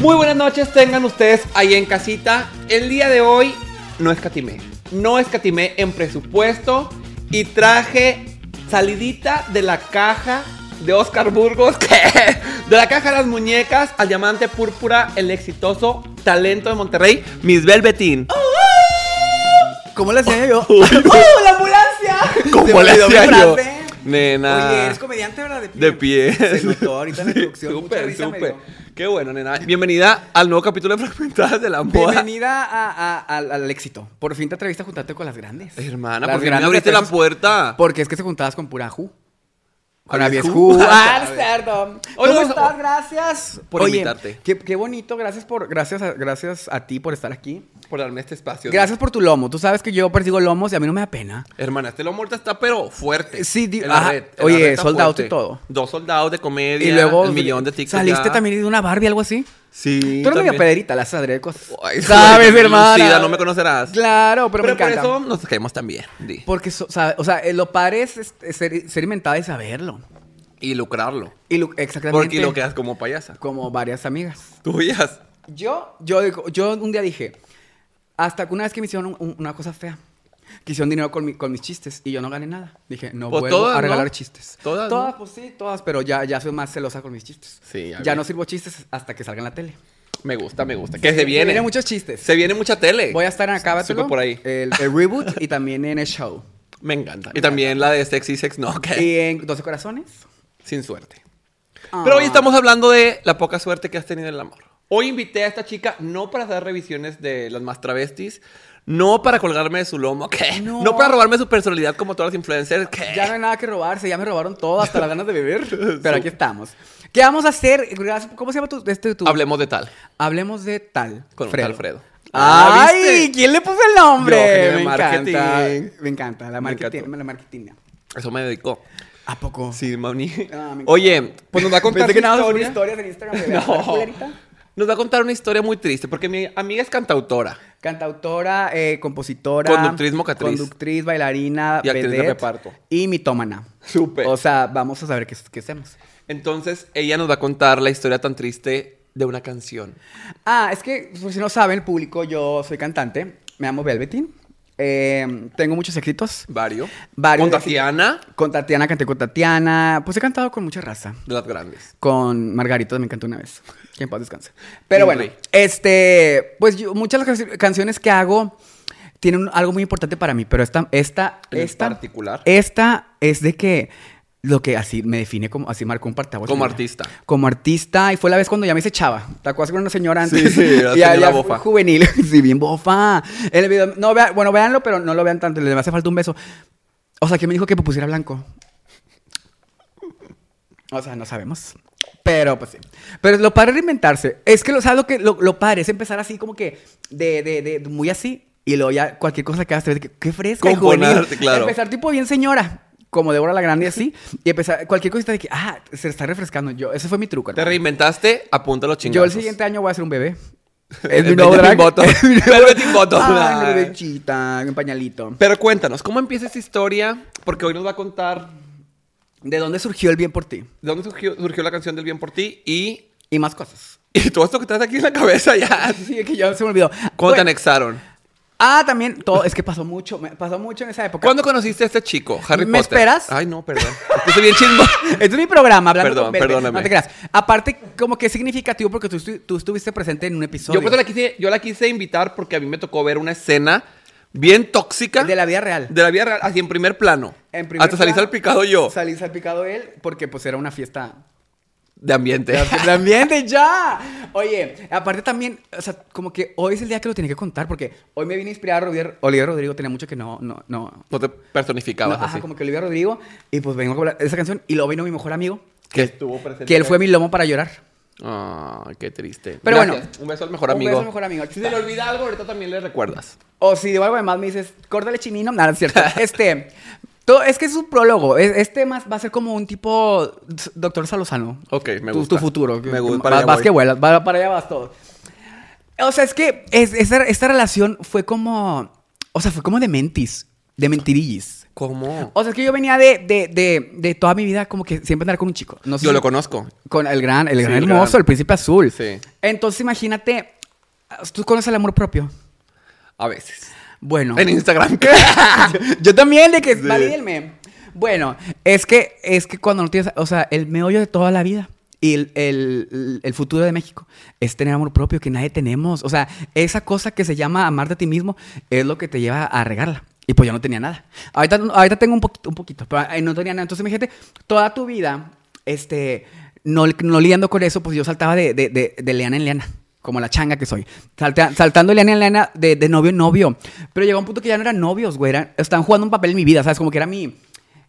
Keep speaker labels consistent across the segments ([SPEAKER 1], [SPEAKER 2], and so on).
[SPEAKER 1] Muy buenas noches, tengan ustedes ahí en casita. El día de hoy no escatimé. No escatimé en presupuesto y traje salidita de la caja de Oscar Burgos, que de la caja de las muñecas al diamante púrpura, el exitoso talento de Monterrey, Miss Velvetín.
[SPEAKER 2] Oh, ¿Cómo le hacía yo?
[SPEAKER 1] Uy,
[SPEAKER 2] ¡Oh, la ambulancia!
[SPEAKER 1] ¿Cómo
[SPEAKER 2] Se me
[SPEAKER 1] le
[SPEAKER 2] olvidó mi
[SPEAKER 1] hacía yo?
[SPEAKER 2] frase.
[SPEAKER 1] Nena.
[SPEAKER 2] Oye, eres comediante, ¿verdad?
[SPEAKER 1] De pie.
[SPEAKER 2] Se notó ahorita en la
[SPEAKER 1] Sí,
[SPEAKER 2] introducción. Mucha
[SPEAKER 1] Súper,
[SPEAKER 2] risa me
[SPEAKER 1] súper.
[SPEAKER 2] dio.
[SPEAKER 1] Qué bueno, nena. Bienvenida al nuevo capítulo de Fragmentadas de la Moda.
[SPEAKER 2] Bienvenida a- a- al, al éxito. Por fin te atreviste a juntarte con las grandes.
[SPEAKER 1] Hermana,
[SPEAKER 2] Las
[SPEAKER 1] por fin me
[SPEAKER 2] grandes,
[SPEAKER 1] abriste la
[SPEAKER 2] pues,
[SPEAKER 1] puerta.
[SPEAKER 2] Porque es que se juntabas con pura Ju. Con
[SPEAKER 1] Había
[SPEAKER 2] Avies
[SPEAKER 1] Ju.
[SPEAKER 2] Ju.
[SPEAKER 1] Ah,
[SPEAKER 2] cerdo!
[SPEAKER 1] Hoy
[SPEAKER 2] ¿Cómo
[SPEAKER 1] vamos a-
[SPEAKER 2] estás? Gracias.
[SPEAKER 1] Por
[SPEAKER 2] Oye,
[SPEAKER 1] invitarte.
[SPEAKER 2] Qué, qué bonito. Gracias, por, gracias, a, gracias a ti por estar aquí.
[SPEAKER 1] Por darme este espacio.
[SPEAKER 2] Gracias por tu lomo. Tú sabes que yo persigo lomos y a mí no me da pena.
[SPEAKER 1] Hermana, este lo muerto está pero fuerte.
[SPEAKER 2] Sí, di-
[SPEAKER 1] En la
[SPEAKER 2] ajá.
[SPEAKER 1] red, en la
[SPEAKER 2] Oye,
[SPEAKER 1] red está
[SPEAKER 2] soldado
[SPEAKER 1] fuerte.
[SPEAKER 2] y todo.
[SPEAKER 1] Dos soldados de comedia.
[SPEAKER 2] y luego
[SPEAKER 1] el millón de TikTok.
[SPEAKER 2] saliste
[SPEAKER 1] ya.
[SPEAKER 2] también de una Barbie algo así.
[SPEAKER 1] Sí.
[SPEAKER 2] Tú eres medio
[SPEAKER 1] también.
[SPEAKER 2] pederita, la haces adrede de cosas.
[SPEAKER 1] Ay,
[SPEAKER 2] Sabes,
[SPEAKER 1] Lucida,
[SPEAKER 2] hermana.
[SPEAKER 1] no me conocerás.
[SPEAKER 2] Claro, pero,
[SPEAKER 1] Pero,
[SPEAKER 2] me
[SPEAKER 1] por
[SPEAKER 2] encanta.
[SPEAKER 1] eso nos queremos también. di.
[SPEAKER 2] Porque, so- sabe- o sea, eh, lo padre es, este, ser, ser inventada y saberlo.
[SPEAKER 1] Y lucrarlo.
[SPEAKER 2] Y lo- exactamente.
[SPEAKER 1] Porque lo quedas como payasa.
[SPEAKER 2] Como varias amigas.
[SPEAKER 1] Tuyas.
[SPEAKER 2] Yo, yo, digo- yo un día dije, hasta que una vez que me hicieron un- un- una cosa fea, que hicieron dinero con, mi- con mis chistes y yo no gané nada. Dije, no
[SPEAKER 1] Pues
[SPEAKER 2] vuelvo
[SPEAKER 1] todas, ¿no?
[SPEAKER 2] a regalar chistes.
[SPEAKER 1] Todas,
[SPEAKER 2] Todas,
[SPEAKER 1] ¿no?
[SPEAKER 2] pues sí, todas, pero ya, ya soy más celosa con mis chistes.
[SPEAKER 1] Sí, ya
[SPEAKER 2] ya
[SPEAKER 1] vi.
[SPEAKER 2] no sirvo chistes hasta que salga en la tele.
[SPEAKER 1] Me gusta, me gusta. Que se viene.
[SPEAKER 2] Vienen muchos chistes.
[SPEAKER 1] Se viene mucha tele.
[SPEAKER 2] Voy a estar en Acábatelo,
[SPEAKER 1] Súper por ahí.
[SPEAKER 2] El, el reboot y también en el show.
[SPEAKER 1] Me encanta. Y también la de Sexy Sex No, que
[SPEAKER 2] Y en 12 corazones.
[SPEAKER 1] sin suerte.
[SPEAKER 2] Ah.
[SPEAKER 1] Pero hoy estamos hablando de la poca suerte que has tenido en el amor. Hoy invité a esta chica no para dar revisiones de las más travestis, no para colgarme de su lomo, que no.
[SPEAKER 2] No.
[SPEAKER 1] para robarme su personalidad como todas las influencers, que
[SPEAKER 2] Ya no hay nada que robarse, ya me robaron todo, hasta las ganas de beber. Pero aquí estamos. ¿Qué vamos a hacer? Gracias- ¿Cómo se llama tu, este, tu?
[SPEAKER 1] hablemos de tal.
[SPEAKER 2] Hablemos de tal.
[SPEAKER 1] Con un tal Fredo. Ah,
[SPEAKER 2] ¡Ay!
[SPEAKER 1] ¿viste?
[SPEAKER 2] ¿Quién le puso el nombre?
[SPEAKER 1] Yo, genio de
[SPEAKER 2] me
[SPEAKER 1] marketing.
[SPEAKER 2] encanta. Me encanta. La
[SPEAKER 1] Me
[SPEAKER 2] marketing.
[SPEAKER 1] encantó.
[SPEAKER 2] la marketing.
[SPEAKER 1] Eso me dedicó.
[SPEAKER 2] ¿A poco?
[SPEAKER 1] Sí, Moni.
[SPEAKER 2] Ah, me encanta.
[SPEAKER 1] Oye, pues nos va a contar
[SPEAKER 2] Pensé
[SPEAKER 1] su
[SPEAKER 2] que nada más
[SPEAKER 1] historia.
[SPEAKER 2] subí historias en Instagram. de la
[SPEAKER 1] No.
[SPEAKER 2] culerita.
[SPEAKER 1] Nos va a contar una historia muy triste porque mi amiga es cantautora.
[SPEAKER 2] Cantautora, eh, compositora.
[SPEAKER 1] Conductriz, mocatriz.
[SPEAKER 2] Conductriz, bailarina,
[SPEAKER 1] Y actriz de
[SPEAKER 2] vedette,
[SPEAKER 1] reparto.
[SPEAKER 2] Y mitómana.
[SPEAKER 1] Súper.
[SPEAKER 2] O sea, vamos a saber qué, qué hacemos.
[SPEAKER 1] Entonces, ella nos va a contar la historia tan triste de una canción.
[SPEAKER 2] Ah, es que, por si no saben, el público, yo soy cantante. Me llamo Velvetín. eh, tengo muchos éxitos.
[SPEAKER 1] Vario.
[SPEAKER 2] Varios
[SPEAKER 1] Con
[SPEAKER 2] de-
[SPEAKER 1] Tatiana,
[SPEAKER 2] Con Tatiana, canté con Tatiana. Pues he cantado con mucha raza.
[SPEAKER 1] de las grandes.
[SPEAKER 2] Con Margarito me encantó una vez. Que en paz descanse. Pero bueno,
[SPEAKER 1] Rey.
[SPEAKER 2] este, pues yo- muchas de las canci- canciones que hago tienen un- algo muy importante para mí, pero esta, esta,
[SPEAKER 1] En
[SPEAKER 2] esta,
[SPEAKER 1] particular.
[SPEAKER 2] esta es de que lo que así me define como, así marcó un parteaguas.
[SPEAKER 1] Como
[SPEAKER 2] en mi vida.
[SPEAKER 1] artista.
[SPEAKER 2] Como artista, y fue la vez cuando ya me hice chava. ¿Te acuerdas que era una señora antes?
[SPEAKER 1] Sí, sí, era
[SPEAKER 2] y ya-
[SPEAKER 1] señora
[SPEAKER 2] ya fui
[SPEAKER 1] bofa.
[SPEAKER 2] juvenil. sí, bien bofa. En el video, no, vean, bueno, véanlo, pero no lo vean tanto, les hace falta un beso. O sea, ¿quién me dijo que me pusiera blanco? O sea, no sabemos. Pero, pues sí. Pero lo padre de reinventarse es que, lo, ¿sabes lo que? Lo, lo padre es empezar así como que de, de, de, muy así. Y luego ya cualquier cosa que hagas te ves de que, qué fresca y
[SPEAKER 1] Componerte,
[SPEAKER 2] juvenil.
[SPEAKER 1] claro.
[SPEAKER 2] Empezar tipo bien señora, como Débora la Grande y así. y empezar cualquier cosita de que, ah, se está refrescando. Yo, ese fue mi truco.
[SPEAKER 1] Te
[SPEAKER 2] hermano.
[SPEAKER 1] reinventaste, apunta los
[SPEAKER 2] Yo
[SPEAKER 1] chingados.
[SPEAKER 2] el siguiente año voy a ser un bebé.
[SPEAKER 1] El
[SPEAKER 2] mi nuevo
[SPEAKER 1] Benjamin
[SPEAKER 2] drag.
[SPEAKER 1] Button.
[SPEAKER 2] Es mi nuevo-
[SPEAKER 1] Benjamin Button.
[SPEAKER 2] Ay,
[SPEAKER 1] Ay.
[SPEAKER 2] mi bebechita, un pañalito.
[SPEAKER 1] Pero cuéntanos, ¿cómo empieza esta historia? Porque hoy nos va a contar
[SPEAKER 2] ¿De dónde surgió el bien por ti?
[SPEAKER 1] de dónde surgió, surgió la canción del bien por ti y,
[SPEAKER 2] Y más cosas.
[SPEAKER 1] y todo esto que estás aquí en la cabeza ya.
[SPEAKER 2] Sí, es que ya se me olvidó.
[SPEAKER 1] ¿Cómo te
[SPEAKER 2] Bueno,
[SPEAKER 1] anexaron?
[SPEAKER 2] Ah, también, todo, es que pasó mucho, me- pasó mucho en esa época.
[SPEAKER 1] ¿Cuándo conociste a este chico, Harry
[SPEAKER 2] ¿Me
[SPEAKER 1] Potter?
[SPEAKER 2] esperas?
[SPEAKER 1] Ay, no, perdón. Es que soy bien chismo.
[SPEAKER 2] Este es mi programa, hablando
[SPEAKER 1] Perdón,
[SPEAKER 2] con Pepe,
[SPEAKER 1] perdóname.
[SPEAKER 2] No te creas. Aparte, como que es significativo porque tú, estu- tú estuviste presente en un episodio.
[SPEAKER 1] Yo, por eso la quise, yo la quise invitar porque a mí me tocó ver una escena bien tóxica
[SPEAKER 2] De la vida real.
[SPEAKER 1] de la vida real, así en primer plano.
[SPEAKER 2] En primer
[SPEAKER 1] Hasta salí
[SPEAKER 2] plano,
[SPEAKER 1] salpicado yo
[SPEAKER 2] Salí salpicado él porque pues era una fiesta
[SPEAKER 1] de ambiente.
[SPEAKER 2] El ambiente ya. Oye, aparte también, o sea, como que hoy es el día que lo tenía que contar porque hoy me vine a inspirar a Olivier, Olivier Rodrigo, tenía mucho que no, no, no.
[SPEAKER 1] No te personificabas
[SPEAKER 2] no, ajá,
[SPEAKER 1] así.
[SPEAKER 2] como que Olivier Rodrigo y pues vengo a hablar de esa canción y luego vino mi mejor amigo,
[SPEAKER 1] Que estuvo presente.
[SPEAKER 2] que él fue mi lomo para llorar.
[SPEAKER 1] Ah, qué triste.
[SPEAKER 2] Pero
[SPEAKER 1] Gracias.
[SPEAKER 2] bueno.
[SPEAKER 1] un beso al mejor
[SPEAKER 2] Un
[SPEAKER 1] amigo.
[SPEAKER 2] beso al mejor amigo, aquí
[SPEAKER 1] Si se
[SPEAKER 2] está.
[SPEAKER 1] le olvida algo, ahorita también le recuerdas.
[SPEAKER 2] O si digo algo de más, me dices, córdale chinino. Nada, es cierto. Este. to- es que es un prólogo. Es- Este más va a ser como un tipo s- doctor Salozano.
[SPEAKER 1] Ok, me
[SPEAKER 2] tu,
[SPEAKER 1] gusta.
[SPEAKER 2] Tu futuro.
[SPEAKER 1] Me gusta, para
[SPEAKER 2] Vas,
[SPEAKER 1] allá
[SPEAKER 2] vas
[SPEAKER 1] voy.
[SPEAKER 2] que vuelas. va- para allá vas todo. O sea, es que es- esa- esta relación fue como. O sea, fue como de mentis. De mentirillis.
[SPEAKER 3] ¿Cómo?
[SPEAKER 2] O sea, es que yo venía de, de, de, de toda mi vida como que siempre andar con un chico. No sé
[SPEAKER 3] Yo
[SPEAKER 2] si-
[SPEAKER 3] lo conozco.
[SPEAKER 2] Con el gran, el
[SPEAKER 3] Sí,
[SPEAKER 2] gran
[SPEAKER 3] el
[SPEAKER 2] hermoso,
[SPEAKER 3] gran.
[SPEAKER 2] el príncipe azul.
[SPEAKER 3] Sí.
[SPEAKER 2] Entonces imagínate, tú conoces el amor propio.
[SPEAKER 3] A veces.
[SPEAKER 2] Bueno.
[SPEAKER 3] En Instagram.
[SPEAKER 2] Yo también, de que
[SPEAKER 3] Sí.
[SPEAKER 2] valide el meme. Bueno, es que, es que cuando no tienes, o sea, el meollo de toda la vida y el, el- el futuro de México es tener amor propio que nadie tenemos. O sea, esa cosa que se llama amarte a ti mismo es lo que te lleva a regarla. Y pues yo no tenía nada. Ahorita, ahorita tengo un poquito, un poquito, pero eh, no tenía nada. Entonces, imagínate, toda tu vida, este, no, no lidiando con eso, pues yo saltaba de, de, de, de liana en liana. Como la changa que soy. Salta- saltando liana en liana de, de novio en novio. Pero llegó un punto que ya no eran novios, güey. Eran, estaban jugando un papel en mi vida, ¿sabes? Como que era mi...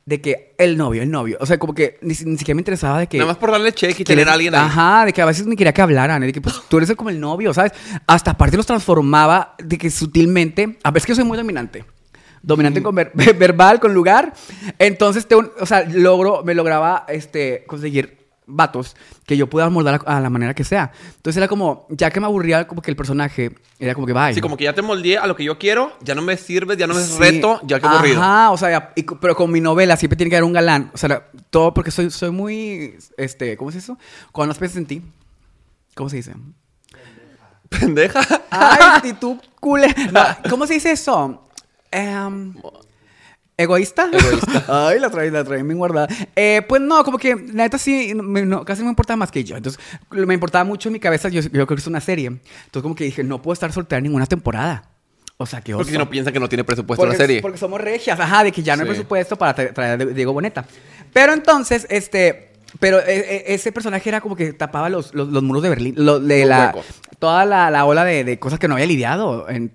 [SPEAKER 2] De que el novio, el novio. O sea, como que ni, si- ni siquiera me interesaba de que...
[SPEAKER 3] Nada más por darle check y
[SPEAKER 2] que
[SPEAKER 3] tener
[SPEAKER 2] les-
[SPEAKER 3] a alguien ahí.
[SPEAKER 2] Ajá, de que a veces ni quería que hablaran. De que pues, tú eres el- como el novio, ¿sabes? Hasta aparte los transformaba de que sutilmente... A veces que yo soy muy dominante. Dominante
[SPEAKER 3] Mm.
[SPEAKER 2] con ver- verbal, con lugar. Entonces, te, o sea, logro, me lograba este, conseguir vatos que yo pueda moldar a, a la manera que sea. Entonces era como, ya que me aburría como que el personaje, era como que bye.
[SPEAKER 3] Sí, como que ya te moldeé a lo que yo quiero, ya no me sirves, ya no me
[SPEAKER 2] Sí.
[SPEAKER 3] reto, ya que aburrido.
[SPEAKER 2] Ajá, o sea, ya- y co- pero con mi novela siempre tiene que haber un galán. O sea, la- todo porque soy, soy muy, este, ¿cómo se dice eso? Con las peces en ti. ¿Cómo se dice?
[SPEAKER 3] Pendeja.
[SPEAKER 2] Ay, si tú culé. No, ¿Cómo se dice eso? Em, ¿Egoísta? Egoísta. Ay, la traí, la traí bien guardada. Eh, pues no, como que la neta sí, me- no, casi no me importaba más que yo. Entonces, lo- me importaba mucho en mi cabeza, yo, yo creo que es una serie. Entonces, como que dije, no puedo estar soltera ninguna temporada. O sea, que
[SPEAKER 3] Porque si no piensan que no tiene presupuesto la
[SPEAKER 2] porque,
[SPEAKER 3] serie.
[SPEAKER 2] porque somos regias, ajá, de que ya no hay
[SPEAKER 3] Sí.
[SPEAKER 2] presupuesto para tra- traer a Diego Boneta. Pero entonces, este, pero e- e- ese personaje era como que tapaba los, los, los muros de Berlín, lo- de
[SPEAKER 3] Los
[SPEAKER 2] la,
[SPEAKER 3] huecos.
[SPEAKER 2] toda la, la ola de, de cosas que no había lidiado en